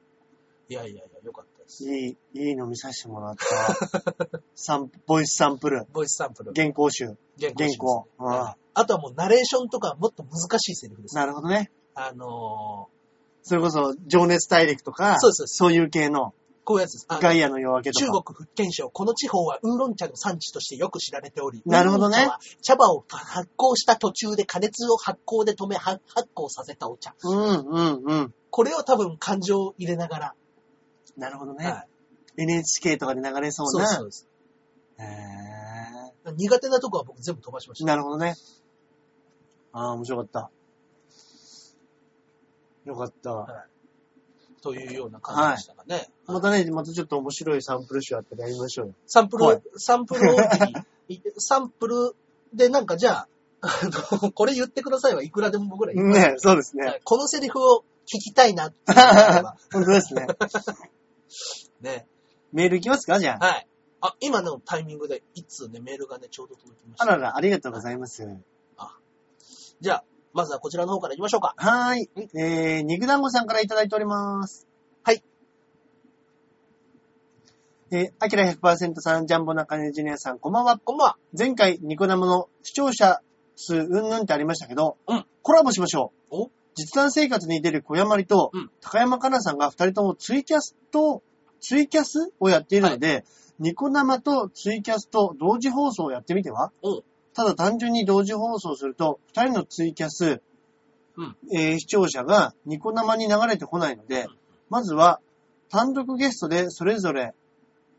S2: いやいやいや、よかったです。
S1: いい、いいの見させてもらった。 サンボイスサンプル、
S2: ボイスサンプル。
S1: 原稿集、
S2: 原
S1: 原
S2: します
S1: 稿。あ
S2: あとはもうナレーションとかはもっと難しいセリフです。
S1: なるほどね。
S2: あの
S1: それこそ、情熱大陸とか、
S2: そうですそうです
S1: そういう系の、
S2: ーこういうやつです。あの
S1: ガイアの夜明けとか。
S2: 中国福建省、この地方はウーロン茶の産地としてよく知られており、
S1: なるほどね
S2: ウーロン茶は茶葉を発酵した途中で加熱を発酵で止め発発酵させたお茶。
S1: うん、うん、うん。
S2: これを多分感情を入れながら。
S1: なるほどね。
S2: はい
S1: NHK とかで流れそう
S2: そう
S1: な。
S2: ですそうです。
S1: へ
S2: 苦手なとこは僕全部飛ばしまし
S1: ー
S2: た。
S1: なるほどね。ああ、面白かった。よかった。
S2: というような感じでしたかね。
S1: またね、またちょっと面白いサンプル集あったらやりましょうよ。
S2: サンプル、
S1: はい
S2: サンプルをぜひ、いサンプルでなんかじゃあ、あの、これ言ってくださいはいくらでも僕ら言います
S1: ねそうです
S2: は
S1: ね。
S2: いこのセリフを聞きたいなっていうのがあ れば
S1: 本当ですね。
S2: ね。
S1: メールいきますかじゃあ。
S2: はい。あ、今のタイミングで一通ね、メールがね、ちょうど届きまし
S1: あ
S2: た。
S1: らら、ありがとうございます。
S2: じゃあ、まずはこちらの方から行きましょうか。
S1: はーい。えー、肉団子さんからいただいております。
S2: はい。
S1: えー、アキラ100%さん、ジャンボ中根ジュニアさん、こんばんは。
S2: こんばんは。
S1: 前回、ニコ生の視聴者数うんぬんってありましたけど、
S2: うん
S1: コラボしましょう。
S2: お
S1: 実弾生活に出る小山里と、
S2: うん
S1: 高山かなさんが二人ともツイキャスと、ツイキャスをやっているので、ニコ生とツイキャスと同時放送をやってみては
S2: お
S1: ただ単純に同時放送すると、二人のツイキャス、
S2: うん
S1: えー視聴者がニコ生に流れてこないので、まずは単独ゲストでそれぞれ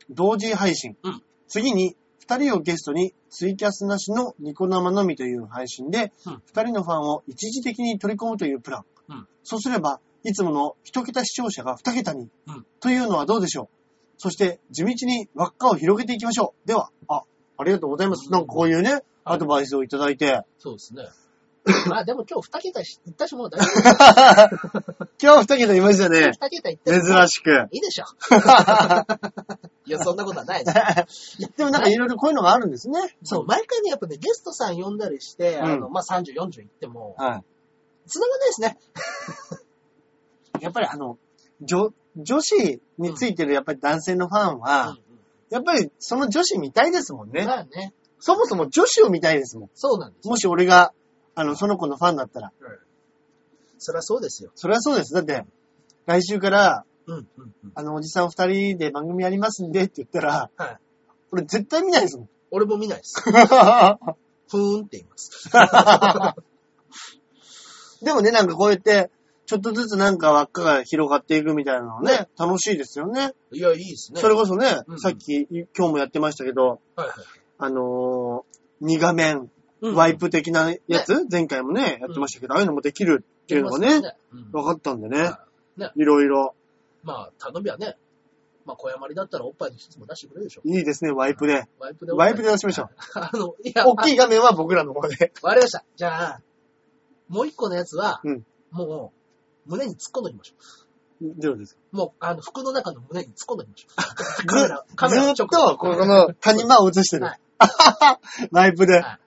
S1: 同時配信。
S2: うん
S1: 次に、二人をゲストにツイキャスなしのニコ生のみという配信で、
S2: うん
S1: 二人のファンを一時的に取り込むというプラン。
S2: うん
S1: そうすれば、いつもの一桁視聴者が二桁に、
S2: うん
S1: というのはどうでしょうそして、地道に輪っかを広げていきましょう。では、あ、ありがとうございます。なんかこういうね、アドバイスをいただいて、
S2: そうですね。まあでも今日二桁し行ったしもう大丈夫。
S1: 今日二桁いましたね。
S2: 二桁行っても
S1: 珍しく。
S2: いいでしょ。いや、そんなことはないです。
S1: でもなんか いろいろこういうのがあるんですね。
S2: そう、毎回ね、やっぱね、ゲストさん呼んだりして、あの、
S1: う
S2: まあ、30、40行っても、
S1: は
S2: 繋がんないですね。
S1: い。やっぱりあの、女、女子についてるやっぱり男性のファンは、やっぱりその女子見たいですもんね。
S2: まあね、
S1: そもそも女子を見たいですもん。
S2: そうなんです。
S1: もし俺が、あの、その子のファンだったら。
S2: そりゃそうですよ。
S1: それはそうです。だって、来週から、
S2: うん、うん、うん。
S1: あの、おじさん二人で番組やりますんでって言ったら、
S2: はい。
S1: 俺絶対見ない ですもん。
S2: 俺も見ないです。ふーんって言います。
S1: でもね、なんかこうやって、ちょっとずつなんか輪っかが広がっていくみたいなのね
S2: ね、
S1: 楽しいですよね。
S2: いや、いいですね。
S1: それこそね、
S2: うん
S1: さっき、今日もやってましたけど、
S2: はいはい。
S1: あのー、2画面、
S2: うん
S1: ワイプ的なやつ、前回もね、やってましたけど、ああいうのもできるっていうのが
S2: あ
S1: ね、
S2: りますようん
S1: 分かったんでね
S2: は、いね
S1: いろいろ、
S2: まあ、頼みはね、まあ、小山里だったらおっぱいに一つも出してくれるでしょ。
S1: いいですね、ワイプで。
S2: ワイプでおっぱ
S1: ワ
S2: い。
S1: イプで出しましょう。
S2: あの、いや、
S1: 大きい画面は僕らの方で。
S2: わかりました。じゃあ、もう一個のやつは、
S1: うん
S2: もう、胸に突っ込んどきましょ
S1: どうですか
S2: う。もう、あの、服の中の胸に突っ込んどきましょう。カメラ、カメ
S1: ず
S2: ラ
S1: ず
S2: の
S1: っと、
S2: 直
S1: この谷間を映してる
S2: はい。
S1: ワイプで
S2: は。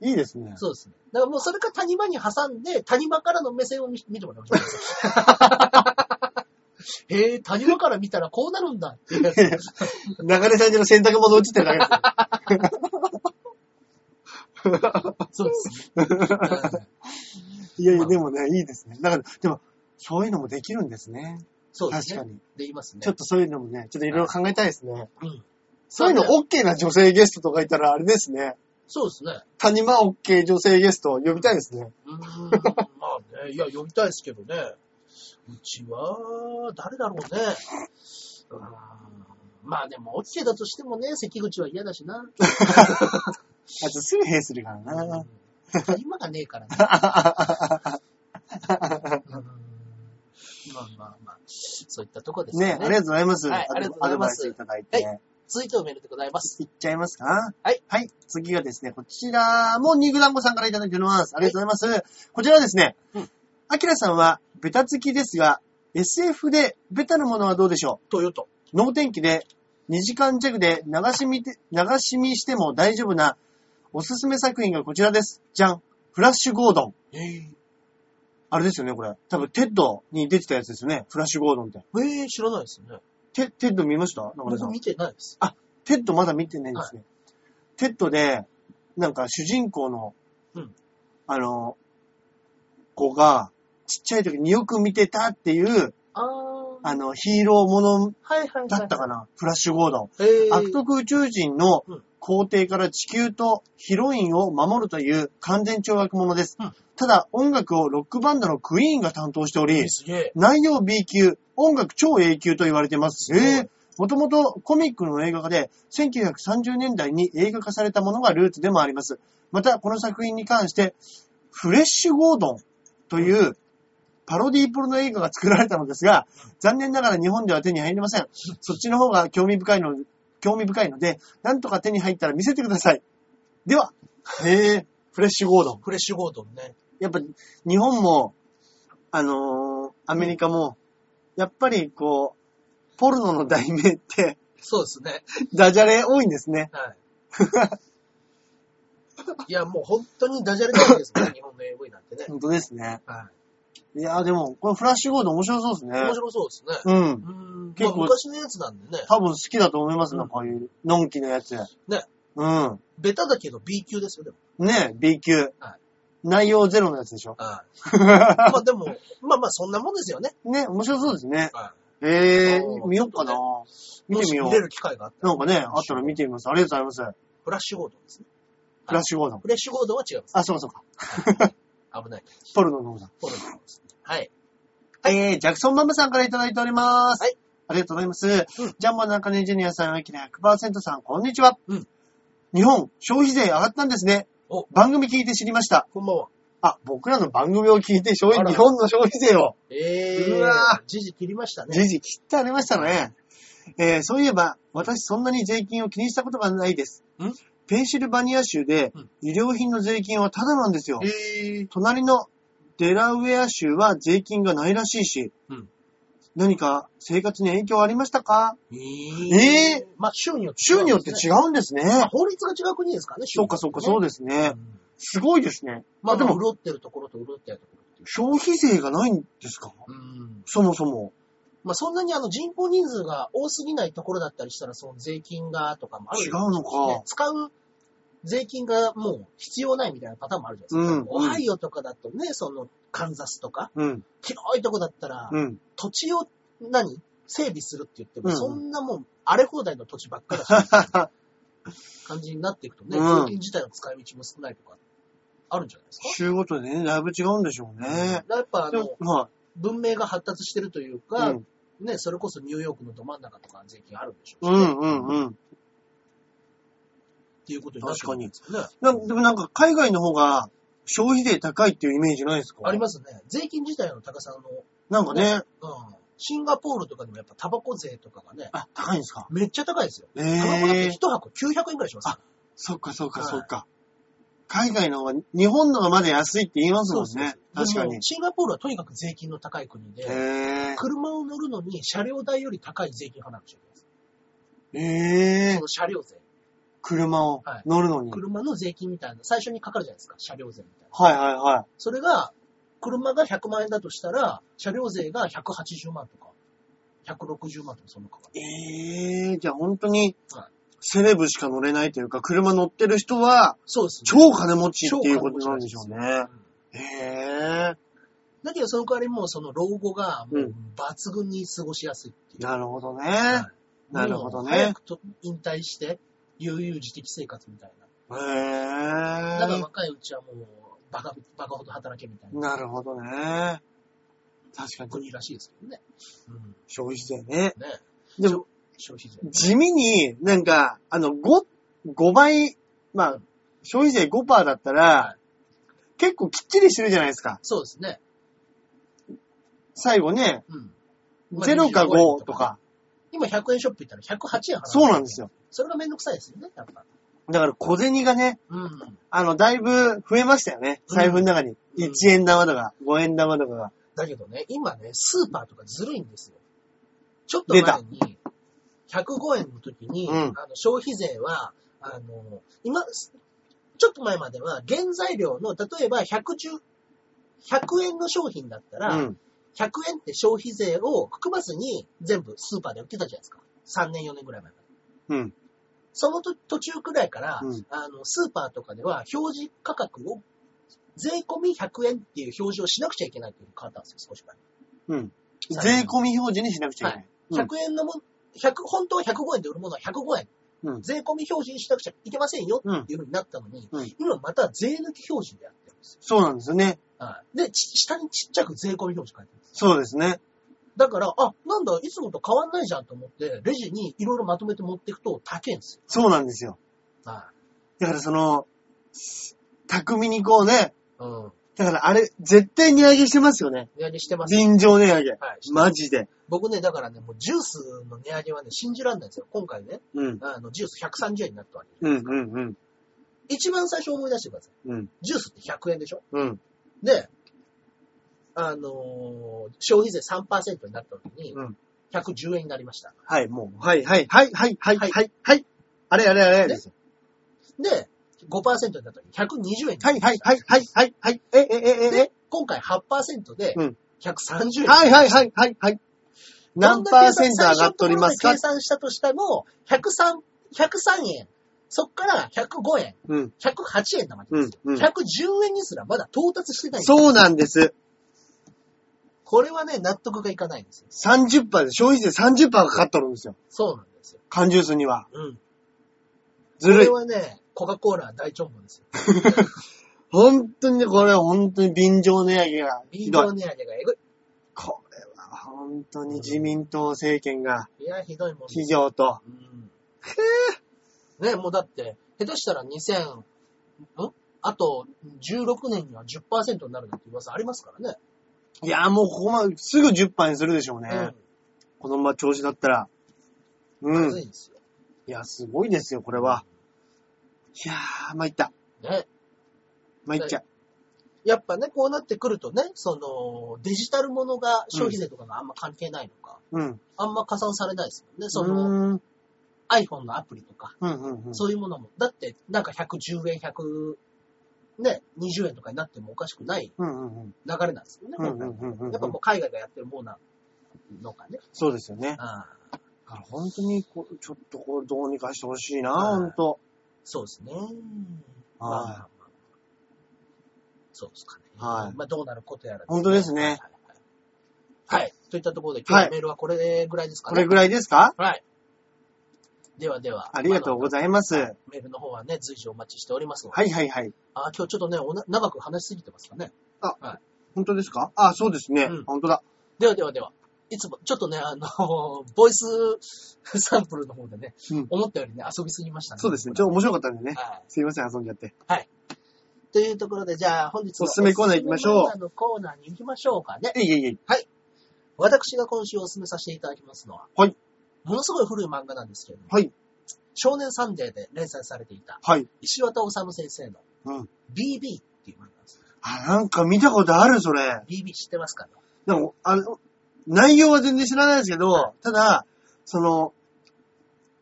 S1: いいですね。
S2: そうですね。だからもうそれか谷間に挟んで、谷間からの目線を見見てもらい ましょう。へえ、谷間から見たらこうなるんだ っていうやつ。
S1: 流れさんちの洗濯物落ちてるだけですよ。
S2: そうで すね。うん
S1: い やいや、
S2: まあ
S1: でもね、いいですね。だから、でも、そういうのもできるんですね。
S2: そうで
S1: 確
S2: す
S1: か
S2: ね。
S1: に。
S2: できますね。
S1: ちょっとそういうのもね、ちょっといろいろ考えたいですね。
S2: うん
S1: そういうの OK な女性ゲストとかいたら、あれですね。
S2: そうですね。
S1: 谷間 OK 女性ゲスト呼びたいですね。
S2: うーん、まあね、いや、呼びたいですけどね。うちは、誰だろうね。うーんまあでも、OK だとしてもね、関口は嫌だしな。
S1: あとすぐ閉するからな。
S2: 今がねえからね。うーんまあまあまあ、そういったとこですか
S1: ね、あ
S2: ね。
S1: りがとうございます。
S2: はいありがとうございま
S1: アド
S2: す
S1: バイスいただいて。、
S2: はい続いてのメールでございます。
S1: っちゃいますか
S2: はい。
S1: はい。次がですね、こちらも肉団子さんからいただいております。ありがとうございます。こちらはですね
S2: うん、
S1: アキラさんはベタつきですが、SF でベタなものはどうでしょう
S2: トヨタ。
S1: 脳天気で2時間弱で流し見て、流し見しても大丈夫なおすすめ作品がこちらです。じゃん。フラッシュゴードン。
S2: えー、
S1: あれですよね、これ。多分、テッドに出てたやつですよね。フラッシュゴードンって。
S2: えー、知らないですよね。
S1: テ、テッド見ました中村さん。
S2: 僕見てないです。
S1: テッドまだ見てないんですね。テッドで、なんか主人公の、
S2: うん
S1: あの、子が、ちっちゃい時によく見てたっていう、
S2: あー。
S1: あの、ヒーローもの
S2: はいはいはい。
S1: だったかな、フラッシュゴードン。
S2: えー、
S1: 悪徳宇宙人の
S2: うん
S1: 皇帝から地球とヒロインを守るという完全懲悪者です。
S2: うん
S1: ただ、音楽をロックバンドのクイーンが担当しており、
S2: すげえ。
S1: 内容 B 級、音楽超 A 級と言われてます。
S2: すごい
S1: えーもともとコミックの映画化で、1930年代に映画化されたものがルーツでもあります。また、この作品に関して、フレッシュゴードンというパロディープロの映画が作られたのですが、残念ながら日本では手に入りません。そっちの方が興味深いの、興味深いので、なんとか手に入ったら見せてください。では、へえ、フレッシュゴードン。
S2: フレッシュゴードンね。
S1: やっぱ日本も、あのーアメリカも、やっぱりこう、ポルノの題名って、
S2: そうですね。
S1: ダジャレ多いんですね。
S2: はい。いや、もう本当にダジャレないですね、日本の AV なんてね。
S1: 本当ですね。
S2: はい
S1: やーでも、このフラッシュゴードン面白そうですね
S2: い。。面白そうですね。
S1: うん。
S2: うん。
S1: 結
S2: 結
S1: 構
S2: 構、まあ、昔のやつなんでね。
S1: 多分好きだと思いますね、
S2: うん
S1: こういう、のんきのやつ。ね。うん。
S2: ベタだけど B 級ですよ、でも。
S1: ねえ、B 級
S2: はい。
S1: 内容ゼロのやつ でしょ。
S2: はい。まあでも、まあまあそんなもんですよね。
S1: ね、面白そうですね。
S2: は
S1: え
S2: そ
S1: ー、
S2: う
S1: 見よっかな。
S2: い。
S1: 見てみよ
S2: もし見れ
S1: う。
S2: る機会があったら。
S1: なんかね、あったら見てみます。ありがとうございます。
S2: フラッシュゴードンですね。
S1: フラッシュゴードン。
S2: フレッシュゴードンは違います。
S1: あ、そうかそうか。
S2: 危ない。
S1: ポルノの方だ。
S2: ポルノですねはい。
S1: えー、ジャクソンママさんからいただいております。
S2: はい。
S1: ありがとうございます。ジャンボ中根ジュニアさん、アキラ100%さん、こんにちは。
S2: うん
S1: 日本、消費税上がったんですね
S2: お。
S1: 番組聞いて知りました。
S2: こんばんは。
S1: あ、僕らの番組を聞いて、消
S2: あ
S1: 費、
S2: ら
S1: 日本の消費税を、
S2: えー。
S1: うわ
S2: 時事切りましたね。
S1: じじ切ってありましたね。えー、そういえば、私そんなに税金を気にしたことがないです
S2: ん。
S1: ペンシルバニア州で
S2: うん、
S1: 医療品の税金はタダなんですよ。
S2: えー。
S1: 隣のデラウェア州は税金がないらしいし、
S2: うん
S1: 何か生活に影響ありましたか
S2: え
S1: え
S2: ー。まあ州によって違
S1: 州
S2: うんですね、
S1: によって違うんです
S2: まあ
S1: ね。
S2: 法律が違う国ですからね、州
S1: そう
S2: によ
S1: か
S2: て
S1: そうかそうですね。
S2: ねうん
S1: すごいですね。
S2: まあ
S1: で
S2: で
S1: も
S2: も、潤ってるところと潤ってないところっていう。
S1: 消費税がないんですか
S2: うん。
S1: そもそも。
S2: まあそんなにあの人口人数が多すぎないところだったりしたら、その税金がとかもある
S1: 違うの
S2: ね
S1: か。
S2: 使う税金がもう必要ないみたいなパターンもあるじゃないですか。
S1: うん
S2: オハイオとかだとね、そのカンザスとか、
S1: うん、
S2: 広いとこだったら、
S1: うん。
S2: 土地を何整備するって言っても、
S1: うん
S2: そんなもん荒れ放題の土地ばっかりだし、 感じになっていくとね、
S1: うん
S2: 税金自体の使い道も少ないとか、あるんじゃないですか。
S1: 州ごとでね、だいぶ違うんでしょうね
S2: だ。からやっぱあ
S1: で
S2: の
S1: も、は
S2: 文明が発達してるという
S1: い。
S2: か、
S1: うん、
S2: ね、それこそニューヨークのど真ん中とか税金あるんでしょ
S1: う
S2: うしね、
S1: ん、うん、うん。
S2: っていうことになってくるんですよね。
S1: なでもなんか海外の方が消費税高いっていうイメージないですか
S2: あり
S1: ま
S2: ますね。税金自体の高さの、
S1: なんかね、
S2: うん、シンガポールとかでもやっぱタバコ税とかがね、
S1: あ、高いんですか
S2: めっちゃ高いですよ。
S1: え
S2: タバコだって
S1: え
S2: 一箱900円くらいしますから。
S1: そっかそっか
S2: はい
S1: そっか。海外の方が、日本のがまだ安いって言いますもん
S2: です
S1: ね。確かに。
S2: シンガポールはとにかく税金の高い国で、
S1: へ
S2: 車を乗るのに車両代より高い税金払わなくちゃいけないです。
S1: え。へえ
S2: そ。の車両税。
S1: 車を
S2: はい
S1: 乗るのに。
S2: 車の税金みたいな、最初にかかるじゃないですか、車両税みたいな。
S1: はいはいは
S2: それが、車が100万円だとしたら、車両税が180万とか、160万とかそんなかかる。
S1: い。ええじゃあ本当に
S2: はい、
S1: セレブしか乗れないというか、車乗ってる人は、
S2: そうですね。
S1: 超金持ちっていうことなんでしょう
S2: う
S1: ね
S2: ん。
S1: へえ。
S2: だけど、その代わりもうその老後が、も
S1: う
S2: う抜群に過ごしやすいっていう。
S1: なるほどね。
S2: は
S1: なるほど
S2: もう早
S1: ね。
S2: くと引退して、悠々自適生活みたい
S1: へ
S2: な。だから
S1: え。
S2: 若いうちはもう、バカ、バカほど働けみたいな
S1: なるほどね。確かに、
S2: 国らしいですけどね。うん。
S1: 消費税ね。
S2: ね
S1: でも、
S2: 消費税。
S1: 地味に、なんか、あの、5、5倍、まあ、消費税5%だった
S2: は
S1: ら、結構きっちりしてるじゃないですか。
S2: そうですね。
S1: 最後ね、
S2: うん。まあ
S1: 0か5とか。
S2: 今100円ショップ行ったら108円払
S1: そうなんです
S2: よ。
S1: よ。
S2: それがめんどくさいですよね、やっぱ。
S1: だから小銭がね、
S2: うん。
S1: あの、だいぶ増えましたよね。財布の中に。
S2: うん
S1: 1円玉とか、5円玉とかが。
S2: だけどね、今ね、スーパーとかずるいんですよ。ちょっと前に、105円の時に、
S1: うん
S2: あの消費税は、あの、今、ちょっと前までは原材料の、例えば110、100円の商品だったら、
S1: うん。
S2: 100円って消費税を含まずに全部スーパーで売ってたじゃないですか。3年4年ぐらい前から。
S1: うん。
S2: そのと途中くらいから、
S1: うん
S2: あの、スーパーとかでは表示価格を税込み100円っていう表示をしなくちゃいけないっていうのが変わったんですよ、少し前。
S1: うん。税込み表示にしなくちゃいけない。うん
S2: 100円のも、100、本当は105円で売るものは105円。
S1: うん
S2: 税込み表示にしなくちゃいけませんよっていうふうになったのに、
S1: うん
S2: 今また税抜き表示でやってるんですよ。
S1: そうなんですよね。
S2: はいで、ち下にちっちゃく税込み表示書いてます。
S1: そうですね。
S2: だから、あ、なんだ、いつもと変わんないじゃんと思って、レジにいろいろまとめて持っていくと高いんです
S1: そうなんですよ。
S2: よ。は
S1: だからその、巧みにこうね、
S2: い。うん。
S1: だからあれ、絶対値上げしてますよね。
S2: 値上げしてます。
S1: 便乗値上げ。
S2: はい。
S1: マジで。
S2: 僕ね、だからね、もうジュースの値上げはね、信じらんないんですよ。今回ね、
S1: うん。
S2: あの、ジュース130円になったわけ。
S1: うん、うん、うん。
S2: 一番最初思い出してください。
S1: うん、
S2: ジュースって100円でしょ
S1: うん、
S2: で、あのー消費税3%になった時に
S1: うん、
S2: 110円になりました。
S1: はい、もう。はい、はい、はい、はい、はい、
S2: はい
S1: はい、はい。あれ、あれ、あれですよ。
S2: で、5%になった時に120円にな
S1: は
S2: り
S1: い、
S2: ま
S1: は
S2: し
S1: い、
S2: た。
S1: はい、はい、はい、はい。え、え、え、え、え。
S2: で、今回8%で
S1: うん
S2: 130円。
S1: はい、はい、はい、はい、はい。何パーセント上がっておりますか
S2: 計算したとしても、103、103円。そっから105円、
S1: うん、
S2: 108円なわけ
S1: う
S2: で
S1: ん
S2: すよ。、
S1: うん。
S2: 110円にすらまだ到達してない。
S1: そうなんです。
S2: これはね、納得がいかないんですよ。
S1: 30%で、消費税30%がかかっとるんですよ。
S2: そうなんですよ。
S1: 缶ジュースには。
S2: うん。
S1: ず
S2: こ
S1: るい
S2: れ。はね、コカ・コーラは大長文ですよ。
S1: 本当にね、これは本当に便乗値上げが
S2: ビ
S1: ひ
S2: ー
S1: どい
S2: ト。値上げがえぐ
S1: これは本当に自民党政権が、
S2: い。いや、ひどいもんです
S1: 企業と、
S2: うん。ね、もうだって、下手したら2000、んあと16年には10%になるなんて噂ありますからね。
S1: いや、もうここまで、すぐ10杯にするでしょうね。このまま調子だったら。
S2: う。
S1: うんん。
S2: まずい
S1: い
S2: んですよ。
S1: や、すごいですよ、これは。いやー、参った。
S2: ね。
S1: 参っちゃう。
S2: やっぱね、こうなってくるとね、その、デジタルものが消費税とかがあんま関係ないのか、
S1: うん。
S2: あんま加算されないですもんね。
S1: そ
S2: その、
S1: うん、
S2: iPhone のアプリとか、
S1: うん、うんうん。
S2: そういうものも。だって、なんか110円、100、ね、20円とかになってもおかしくない
S1: うん、うん、うん。
S2: 流れなんですよね、
S1: うん
S2: 本来は
S1: うんうんうん
S2: やっぱもう海外がやってるものなのかね。
S1: そうですよね。
S2: ああ
S1: だから本当にこう、ちょっとこれどうにかしてほしいな、
S2: はい
S1: 本当。
S2: そうですね。
S1: はい
S2: まあまあまあそうですかね。
S1: はい
S2: まあどうなることやら、
S1: 本当ですね。
S2: はい。はいといったところで今日
S1: は
S2: の
S1: い
S2: メールはこれぐらいですか
S1: こ
S2: ね。
S1: れぐらいですか
S2: はい。ではでは。
S1: ありがとうございます。
S2: あのメールの方はね、随時お待ちしておりますので。
S1: はい、はい、はい。
S2: あ、今日ちょっとね、おな長く話しすぎてますかね。
S1: 本当ですかあ、そうですね。
S2: うん
S1: 本当だ。
S2: ではではでは。いつも、ちょっとね、あの、 ボイスサンプルの方でね、
S1: うん
S2: 思ったよりね、遊びすぎましたね。
S1: そうですね。ちょっと面白かったんでね。
S2: はい。
S1: すいません、遊んじゃって。
S2: というところで、じゃあ本日の
S1: おすすめコーナー行きましょう
S2: おすすめコーナーのコーナーに行きましょうかね。
S1: いえいえいえ。
S2: 私が今週おすすめさせていただきますのは、
S1: はい。
S2: ものすごい古い漫画なんですけれども、
S1: はい。
S2: 少年サンデーで連載されていた、
S1: はい。
S2: 石渡治先生の
S1: うん。
S2: BB っていう漫画です。
S1: あ、なんか見たことある、それ。
S2: BB 知ってますかね
S1: でも、あの、内容は全然知らないですけど、ただ、その、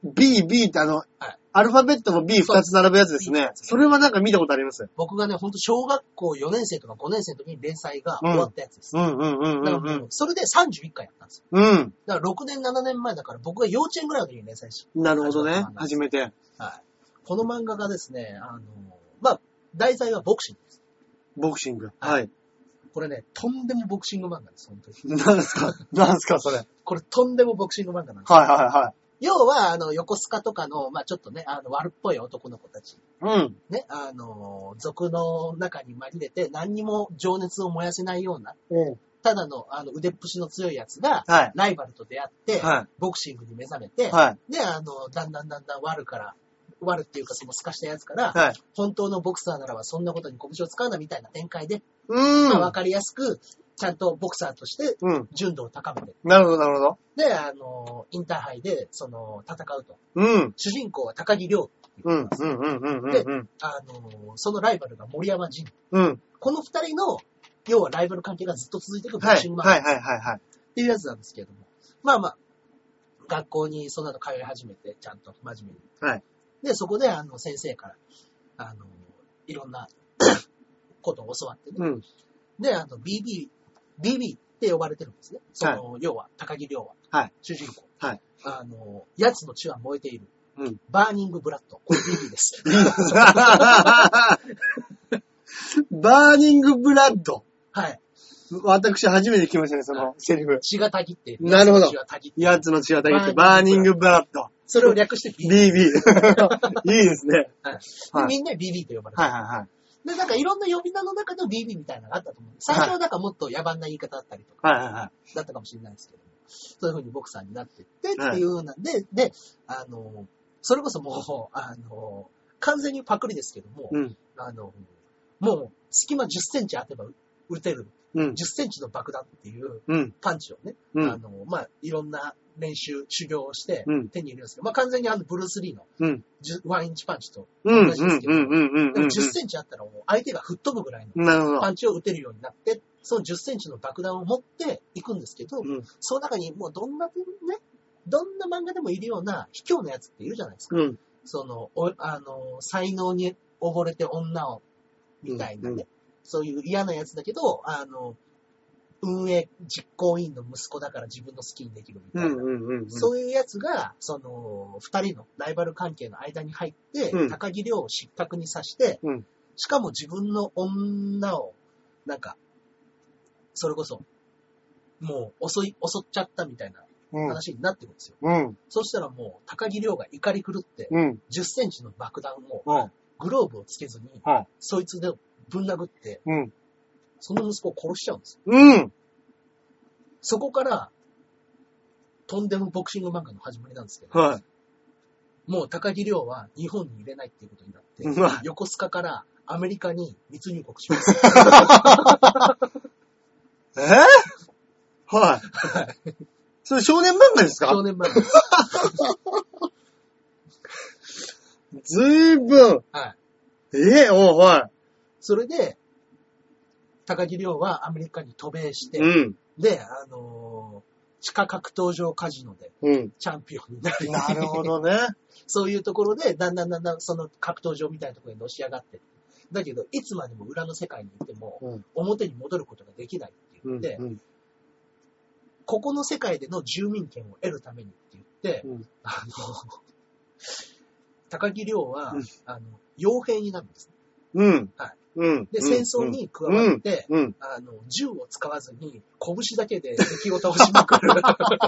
S1: B、B ってあの、
S2: はい
S1: アルファベットの B
S2: そう
S1: 二つ並ぶやつですね。それはなんか見たことあります。
S2: 僕がね、ほんと小学校4年生とか5年生の時に連載が終わったやつです。
S1: うんうんうんう
S2: だ
S1: ん
S2: から
S1: う。
S2: もうんそれで31回やったんですよ。
S1: うん。
S2: だから6年、7年前だから僕が幼稚園ぐらいの時に連載し
S1: なるほどね。
S2: 初
S1: 初めて。
S2: た。はい。この漫画がですね、あの、まあ、題材はボクシングです。
S1: ボクシング。
S2: は
S1: はい。
S2: これね、とんでもボクシング漫画です、本当に。
S1: なんすか なんすかそれ。はい
S2: これとんでもボクシング漫画なんです。
S1: はいは
S2: 要は、あの、横須賀とかの、まあちょっとね、あの、悪っぽい男の子たち、
S1: い。うん。
S2: ね、あの、俗の中に紛れて、何にも情熱を燃やせないような、
S1: うん。
S2: ただの、あの、腕っぷしの強いやつが、
S1: は
S2: ライバルと出会って、
S1: い。は
S2: ボクシングに目覚めて、
S1: い。はい。
S2: で、あの、だんだんだんだん悪から、悪っていうか、その透かしたやつから、
S1: はい。
S2: 本当のボクサーならばそんなことに拳を使うなみたいな展開で、
S1: う
S2: まあわ
S1: ん。
S2: かりやすく、ちゃんとボクサーとして
S1: うん。
S2: 純度を高めて、
S1: なるほどなるほど。
S2: で、あの、インターハイで、その、戦うと。
S1: うん。
S2: 主人公は高木亮。
S1: うん。うん。うん。うん。うん。うん。
S2: あの、そのライバルが森山仁。
S1: うん。
S2: この二人の、要はライバル関係がずっと続いていくボ
S1: は
S2: ク
S1: い。
S2: シングマン
S1: は
S2: っ
S1: いはいはいはい。
S2: ていうやつなんですけれども。まあまあ、学校にその後通い始めて、ちゃんと真面目に。
S1: はい。
S2: で、そこで、あの、先生から、あの、いろんな ことを教わってね。
S1: うん。
S2: で、あの、BB BB って呼ばれてるんですね。その、要は、高木亮は。
S1: はい
S2: 主人公。
S1: はい
S2: あの、奴の血は燃えている。
S1: うん
S2: バーニングブラッド。これ BB です。
S1: バーニングブラッド。
S2: はい。
S1: 私初めて聞きましたね、そのセリフ。
S2: 血がたぎっている。
S1: なるほど
S2: 血がたぎっている。
S1: やつの血がたぎって、バーニングブラッド。
S2: それを略して BB。
S1: BB。いい ですね。
S2: はい
S1: は
S2: で
S1: い
S2: みんな BB と呼ばれて
S1: は
S2: る。
S1: いはいはい。
S2: で、なんかいろんな呼び名の中の BB みたいなのがあったと思うんです。最初はなんかもっと野蛮な言い方だったりとか、
S1: はいはいはい。
S2: だったかもしれないですけども、そういう風にボクサーになってってっていうなんで、で、あの、それこそもう、あの、完全にパクリですけども、
S1: うん。
S2: あの、もう隙間10センチあってば打てる、
S1: うん
S2: 10。センチの爆弾っていう
S1: うん。
S2: パンチをね、
S1: う
S2: あ
S1: ん。
S2: の、まあ、いろんな練習、修行をして
S1: うん、
S2: 手に入れるんですけど、まあ、完全にあの、ブルース・リーの
S1: うん。
S2: 10 1インチパンチと、
S1: うん。うん。うん。うん。
S2: でも10センチあったらもう相手が吹っ飛ぶぐらいの
S1: なるほど
S2: パ。ンチを打てるようになって、その10センチの爆弾を持っていくんですけど、
S1: うん。
S2: その中にもうどんなね、どんな漫画でもいるような卑怯なやつっているじゃないですか。
S1: うん。
S2: その、おあの、才能に溺れて女を、みたいなね、
S1: うんう
S2: そういう嫌なやつだけど、あの、運営実行委員の息子だから自分の好きにできる
S1: う
S2: みたいな。
S1: ん。うん。うん。
S2: そういうやつが、その、二人のライバル関係の間に入って、
S1: うん
S2: 高木亮を失格にさして、
S1: うん
S2: しかも自分の女を、なんか、それこそ、もう襲い、襲っちゃったみたいな
S1: うん。
S2: 話になってくるんですよ。
S1: うん。
S2: そしたらもう、高木亮が怒り狂って、
S1: うん。
S2: 10センチの爆弾を、
S1: うん。
S2: グローブをつけずに、
S1: はい
S2: そいつでぶん殴って、
S1: うん。
S2: その息子を殺しちゃうんですよ。
S1: うん。
S2: そこから、とんでもボクシング漫画の始まりなんですけど、
S1: はい。
S2: もう高木亮は日本に入れないっていうことになって、
S1: うわ
S2: 横須賀からアメリカに密入国 します。
S1: えはい。それ少年漫画ですか
S2: 少年漫画です。
S1: ずいぶん。
S2: はい。
S1: えおは
S2: それで、高木亮はアメリカに渡米して、
S1: い。うん。
S2: で、あのー地下格闘場カジノで
S1: うん。
S2: チャンピオンになり、
S1: なるほどね。
S2: そういうところで、だんだんだんだんその格闘場みたいなところにのし上がって、だけど、いつまでも裏の世界にいても、
S1: うん
S2: 表に戻ることができないって
S1: うん。
S2: 言って、ここの世界での住民権を得るためにって言って、
S1: うん
S2: あの、高木亮は、
S1: うん
S2: あの、傭兵になるんですね。
S1: うん。
S2: はい
S1: うん。
S2: で、戦争に加わって、
S1: うん。
S2: あの、銃を使わずに、拳だけで敵を倒しまくる。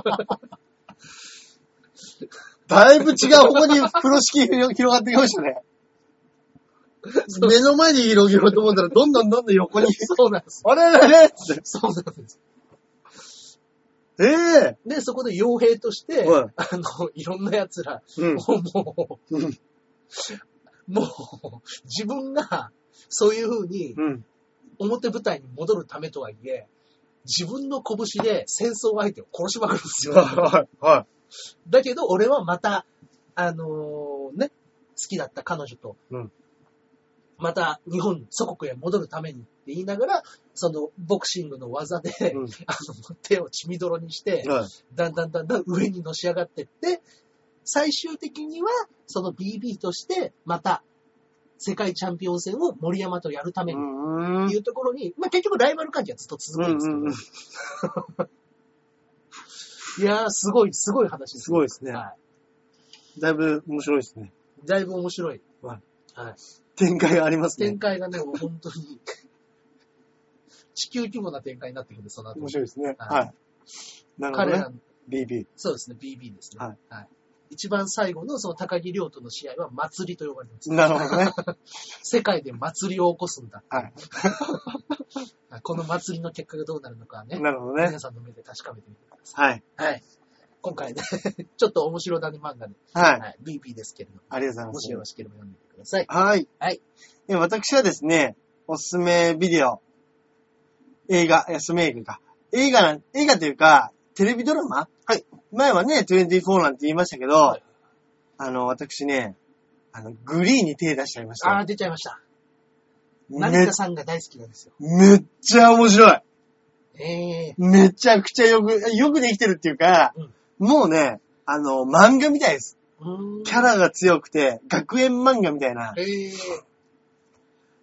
S1: だいぶ違う方向に風呂敷広がってきましたね。
S2: そう
S1: 目の前に広げようと思ったら、どんどんどんどん横に。
S2: そうなんです。
S1: あれれれって
S2: そうなんです。
S1: え
S2: で、そこで傭兵として、
S1: はい
S2: あの、いろんな奴ら、
S1: えうん。
S2: もう、
S1: うん
S2: もう、自分が、そういう風に、
S1: うん。
S2: 表舞台に戻るためとはいえ、自分の拳で戦争相手を殺しまくるんで すよ。
S1: はい。は
S2: だけど、俺はまた、あのーね、好きだった彼女と、
S1: うん
S2: また日本、祖国へ戻るためにって言いながら、そのボクシングの技で、
S1: い。うん。
S2: あの手を血みどろにして、
S1: はい
S2: だんだんだんだん上にのし上がってって、最終的には、その BB として、また、世界チャンピオン戦を森山とやるため
S1: う
S2: に、
S1: ん
S2: いうところに、まあ、結局ライバル関係はずっと続くんですけど、
S1: うんうんうん
S2: いやー、すごい、すごい話です。
S1: すごいですね
S2: は
S1: だいぶ面白いですね。
S2: い。だいぶ面白い。
S1: はい
S2: はい。
S1: 展開がありますね
S2: 展。開がね、もう本当に、地球規模な展開になってくるんで、その後
S1: 面。白いですね。
S2: はい
S1: はい。なるほ
S2: 彼
S1: どね
S2: ら。
S1: BB。
S2: そうですね、BB ですね。
S1: は
S2: はい。一番最後のその高木亮との試合は祭りと呼ばれてます。
S1: なるほどね。
S2: 世界で祭りを起こすんだ。
S1: はい。
S2: この祭りの結果がどうなるのかはね、
S1: なるほどね
S2: 皆。さんの目で確かめてみてくだ
S1: はい。
S2: さい。はい。今回ね、 ちょっと面白だね漫画で、
S1: はい。
S2: はい、BB ですけれども、
S1: ありがとうご
S2: もし
S1: ざい
S2: よ
S1: ま
S2: ろ
S1: す。
S2: しければ読んでみてください。
S1: はい。
S2: はい。
S1: え私はですね、おすすめビデオ、映画、えおすすめ映画か。映画な、映画というか、テレビドラマはい。前はね、24なんて言いましたけど、
S2: はい
S1: あの、私ね、あの、グリーンに手出しちゃいまし
S2: あ
S1: た
S2: ー、。出ちゃいました。
S1: め
S2: 成田さんが大好きなんですよ。
S1: めっちゃ面白い。
S2: ええ
S1: めちゃくちゃよく、よくできてるっていうか、
S2: うん
S1: もうね、あの、漫画みたいです。
S2: ー。うーん
S1: キャ。ラが強くて、学園漫画みたいな。
S2: ええ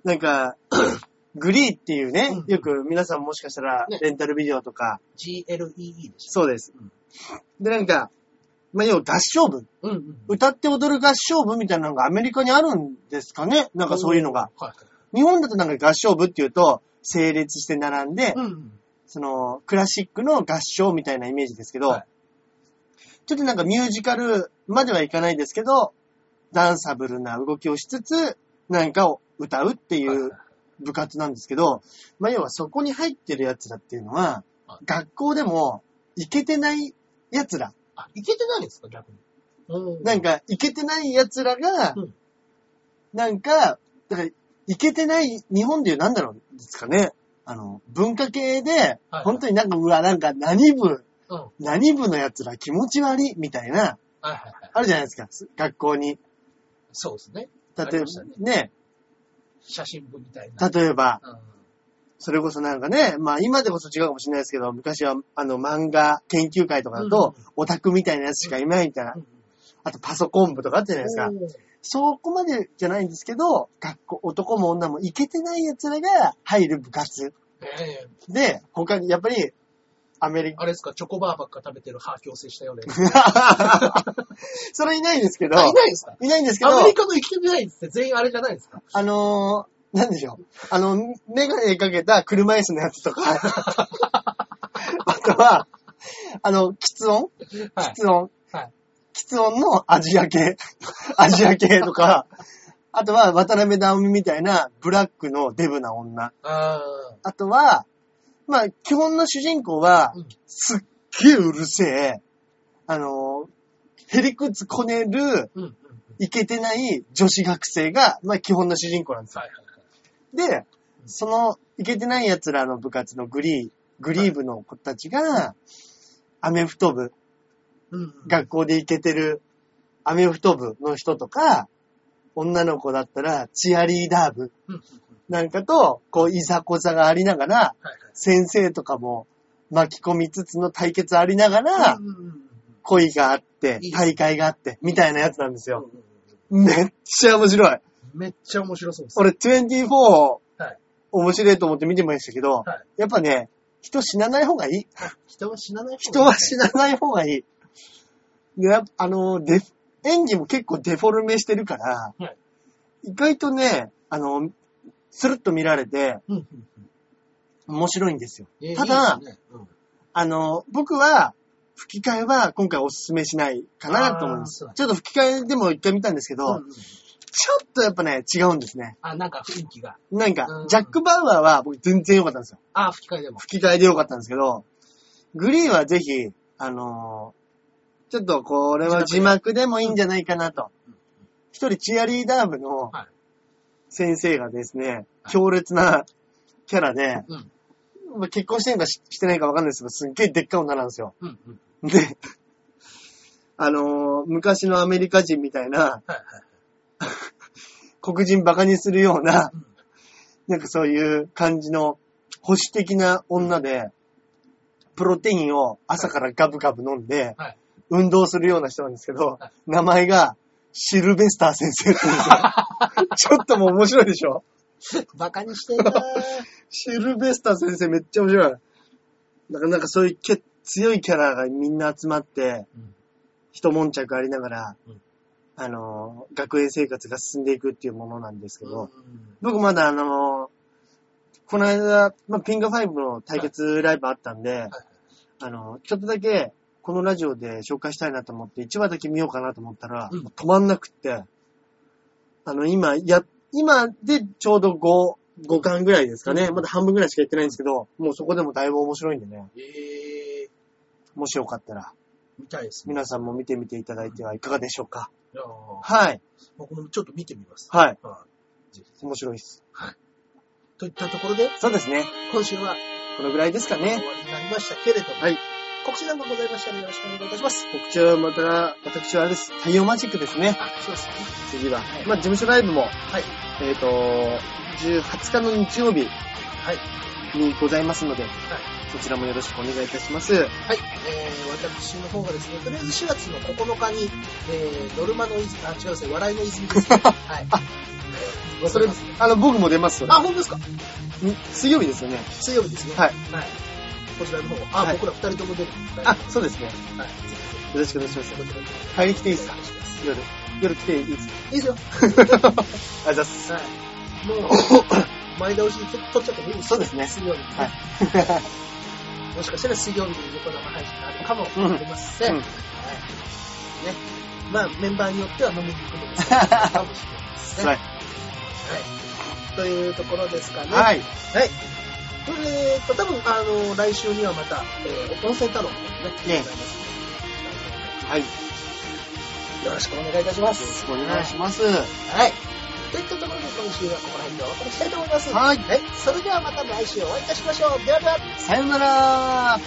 S1: なんか、 グリーっていうね、
S2: うん
S1: よく皆さんもしかしたら
S2: ね、
S1: レンタルビデオとか、
S2: GLEE でし
S1: そうです。で、なんか、まあ、要は合唱部。
S2: ょ。うんうん。
S1: 歌って踊る合唱部みたいなのがアメリカにあるんですかねなんかそういうのが。
S2: はい。
S1: 日本だとなんか合唱部っていうと、整列して並んで、
S2: うんうん。
S1: その、クラシックの合唱みたいなイメージですけど、
S2: はい
S1: ちょっとなんかミュージカルまではいかないですけど、ダンサブルな動きをしつつ、なんかを歌うってい
S2: はいはいう
S1: 部活なんですけど、まあ要はそこに入ってる奴らっていうのは
S2: は、
S1: 学校でも行けてない奴ら、
S2: あ、いけてないんですか、逆に。うん
S1: なんか行けてない奴らが、
S2: うん
S1: なんか、だから行けてない、日本でいうなんだろうですかね、あの、文化系で
S2: はい、
S1: 本当になんか、うわ、なんか何部、
S2: うん。はい
S1: 何部の奴ら気持ち悪いみたいな、
S2: はいはい。
S1: あるじゃないですか、学校に。
S2: そうですね。
S1: 例
S2: あり
S1: え
S2: ま
S1: ば
S2: したね、
S1: ね、
S2: 写真部みたいな。
S1: 例えば、
S2: うん。
S1: それこそなんかね、まあ今でこそ違うかもしれないですけど、昔はあの漫画研究会とかだと
S2: うん、
S1: オタクみたいなやつしかいないみたいな、
S2: うんうん
S1: あとパソコン部とかあったじゃないですか。そこまでじゃないんですけど、学校、男も女もイケてない奴らが入る部活。
S2: ええ
S1: で、他に、やっぱり、アメリカ、
S2: あれですか、チョコバーばっか食べてる歯矯正したよ ね。
S1: それいないんですけど、
S2: あいないですか
S1: いないんですけど、
S2: アメリカの生きてないって全員あれじゃないですか。
S1: あのー、なんでしょう。あの、メガネかけた車椅子のやつとか、 あとは、あの、喫音
S2: はい。
S1: 喫音。
S2: はい。
S1: 喫音のアジア 系。アジア系とか、あとは渡辺直美みたいなブラックのデブな女。
S2: あ
S1: あとは、まあ、基本の主人公は
S2: うん、
S1: すっげえうるせえ、あのー、へりくつこねる、
S2: ーうんうん。
S1: いけてない女子学生が、まあ、基本の主人公なんですよ。
S2: はいはい
S1: で、その、いけてない奴らの部活のグリー、グリー部の子たちが、アメフト部、
S2: うんうん。
S1: 学校でいけてるアメフト部の人とか、女の子だったらチアリーダー部
S2: うんうんうん
S1: なんかと、こう、いざこざがありながら、
S2: はい
S1: 先生とかも巻き込みつつの対決ありなが
S2: はい。
S1: ら
S2: う、んうんうんうん
S1: 恋があって
S2: いい、
S1: 大会があって、みたいなやつなんですよ。
S2: うんうんうん
S1: めっちゃ面白い。
S2: めっちゃ面白そうです。
S1: 俺24を
S2: はい
S1: 面白いと思って見てましたけど、
S2: はい
S1: やっぱね、人死なない方がいい。
S2: 人は死なない
S1: 人は死なない方がいい。で、やっぱあの、デフ演技も結構デフォルメしてるから、
S2: はい
S1: 意外とね、あの、スルッと見られて
S2: うんうんうん
S1: 面白いんですよ。
S2: えー
S1: ただ
S2: いいですねうん
S1: あの、僕は、吹き替えは今回おすすめしないかなと思います
S2: あーそう。
S1: ちょっと吹き替えでも一回見たんですけど、
S2: うんうん
S1: ちょっとやっぱね、違うんですね。
S2: あ、なんか雰囲気が。
S1: なん
S2: う
S1: か
S2: ん、
S1: ジャック・バウアーは僕全然良かったんですよ。
S2: あ、吹き替えでも。
S1: 吹き替えで良かったんですけど、グリーンはぜひ、あのーちょっとこれは字幕でもいいんじゃないかなと
S2: うんうん。
S1: 一人チアリーダー部の
S2: はい
S1: 先生がですね、
S2: はい
S1: 強烈なキャラで、
S2: うん
S1: まあ結婚してるかししてないかわかんないですけど、すっげえでっかい女なんですよ。
S2: うんうん。
S1: で、あのー昔のアメリカ人みたいな、
S2: はいはい。
S1: 黒人バカにするような
S2: うん、
S1: なんかそういう感じの保守的な女で、プロテインを朝からガブガブ飲んで、
S2: はい
S1: 運動するような人なんですけど
S2: はい、
S1: 名前がシルベスター先生って言うん ですよ。ちょっともう面白いでしょ
S2: バカに してんなー
S1: シルベスター先生めっちゃ面白い。だからなんかそういうけ強いキャラがみんな集まって、
S2: うん
S1: 一悶着ありながら、
S2: うん
S1: あのー、学園生活が進んでいくっていうものなんですけど、
S2: うん
S1: 僕まだあのーこの間、まあ、ピンガ5の対決ライブあったんで、あのーちょっとだけ、このラジオで紹介したいなと思って、1話だけ見ようかなと思ったら、
S2: うん
S1: 止まんなくって、あの、今、や、今でちょうど5、5巻ぐらいですかね。
S2: うん
S1: まだ半分ぐらいしかやってないんですけど、もうそこでもだいぶ面白いんでね。
S2: ええ
S1: もしよかったら、
S2: 見たいですね。
S1: 皆さんも見てみていただいてはいかがでしょうか。
S2: いやー
S1: はい。
S2: 僕もちょっと見てみます。
S1: はい。
S2: はい。ぜひ
S1: 面白いです。
S2: といったところで、
S1: そうですね。
S2: 今週は
S1: このぐらいですか
S2: 終わ
S1: ね。
S2: りになりましたけれども、
S1: はい
S2: 告知なんかございましたらよろしくお願いいたします。
S1: 告知はまた、私はあれです。太陽マジックですね。
S2: あ、そうですね。
S1: 次は。
S2: はい
S1: まあ、事務所ライブも、
S2: はい。
S1: えっ、と、20日の日曜日
S2: はい。
S1: にございますので、
S2: はい。
S1: そちらもよろしくお願いいたします。
S2: はい、えー、私の方がですね、とりあえず4月の9日に、えー、ノルマの泉、あ、違うん ですね、笑いの泉ですね。はい。あ、ご
S1: そ
S2: ざい
S1: れ
S2: ます。、
S1: あの、僕も出ますので
S2: あ、本当ですか
S1: ん水曜日ですよね。
S2: 水曜日ですね。
S1: はい。
S2: はい。こちらの方、あ、
S1: はい
S2: 僕ら二人とも出る。
S1: あ、そうですね。よ
S2: はい。ぜひ
S1: ろしくお願いします
S2: ぜひ。こちらの方
S1: 買いに来ていいですか
S2: お願します
S1: 夜。夜来ていい ですか
S2: いいですよ。
S1: ありがとうございます。
S2: はい。 もう、前倒しで取っちゃってもいいです
S1: そうですね
S2: 水曜日にね。
S1: はい
S2: もしかしたら水曜日に横生配信があるかもしれません。
S1: うんうん
S2: はい。ね。まあ、メンバーによっては飲みに行くのもそうな るかもしれないですね。
S1: は
S2: はいい。というところですかね。。
S1: はいい。
S2: はい。えーと、多分、あの、来週にはまた、えー、温泉太郎の方もね、
S1: ね
S2: ございます
S1: はい。よ
S2: よろしくお願いいたしま
S1: ろし
S2: す。
S1: くお願いします。
S2: はい。といったところで今週はここら辺でお別れしたいと思います。
S1: はい
S2: それではまた来週お会いいたしましょう。ではでは。
S1: さよなら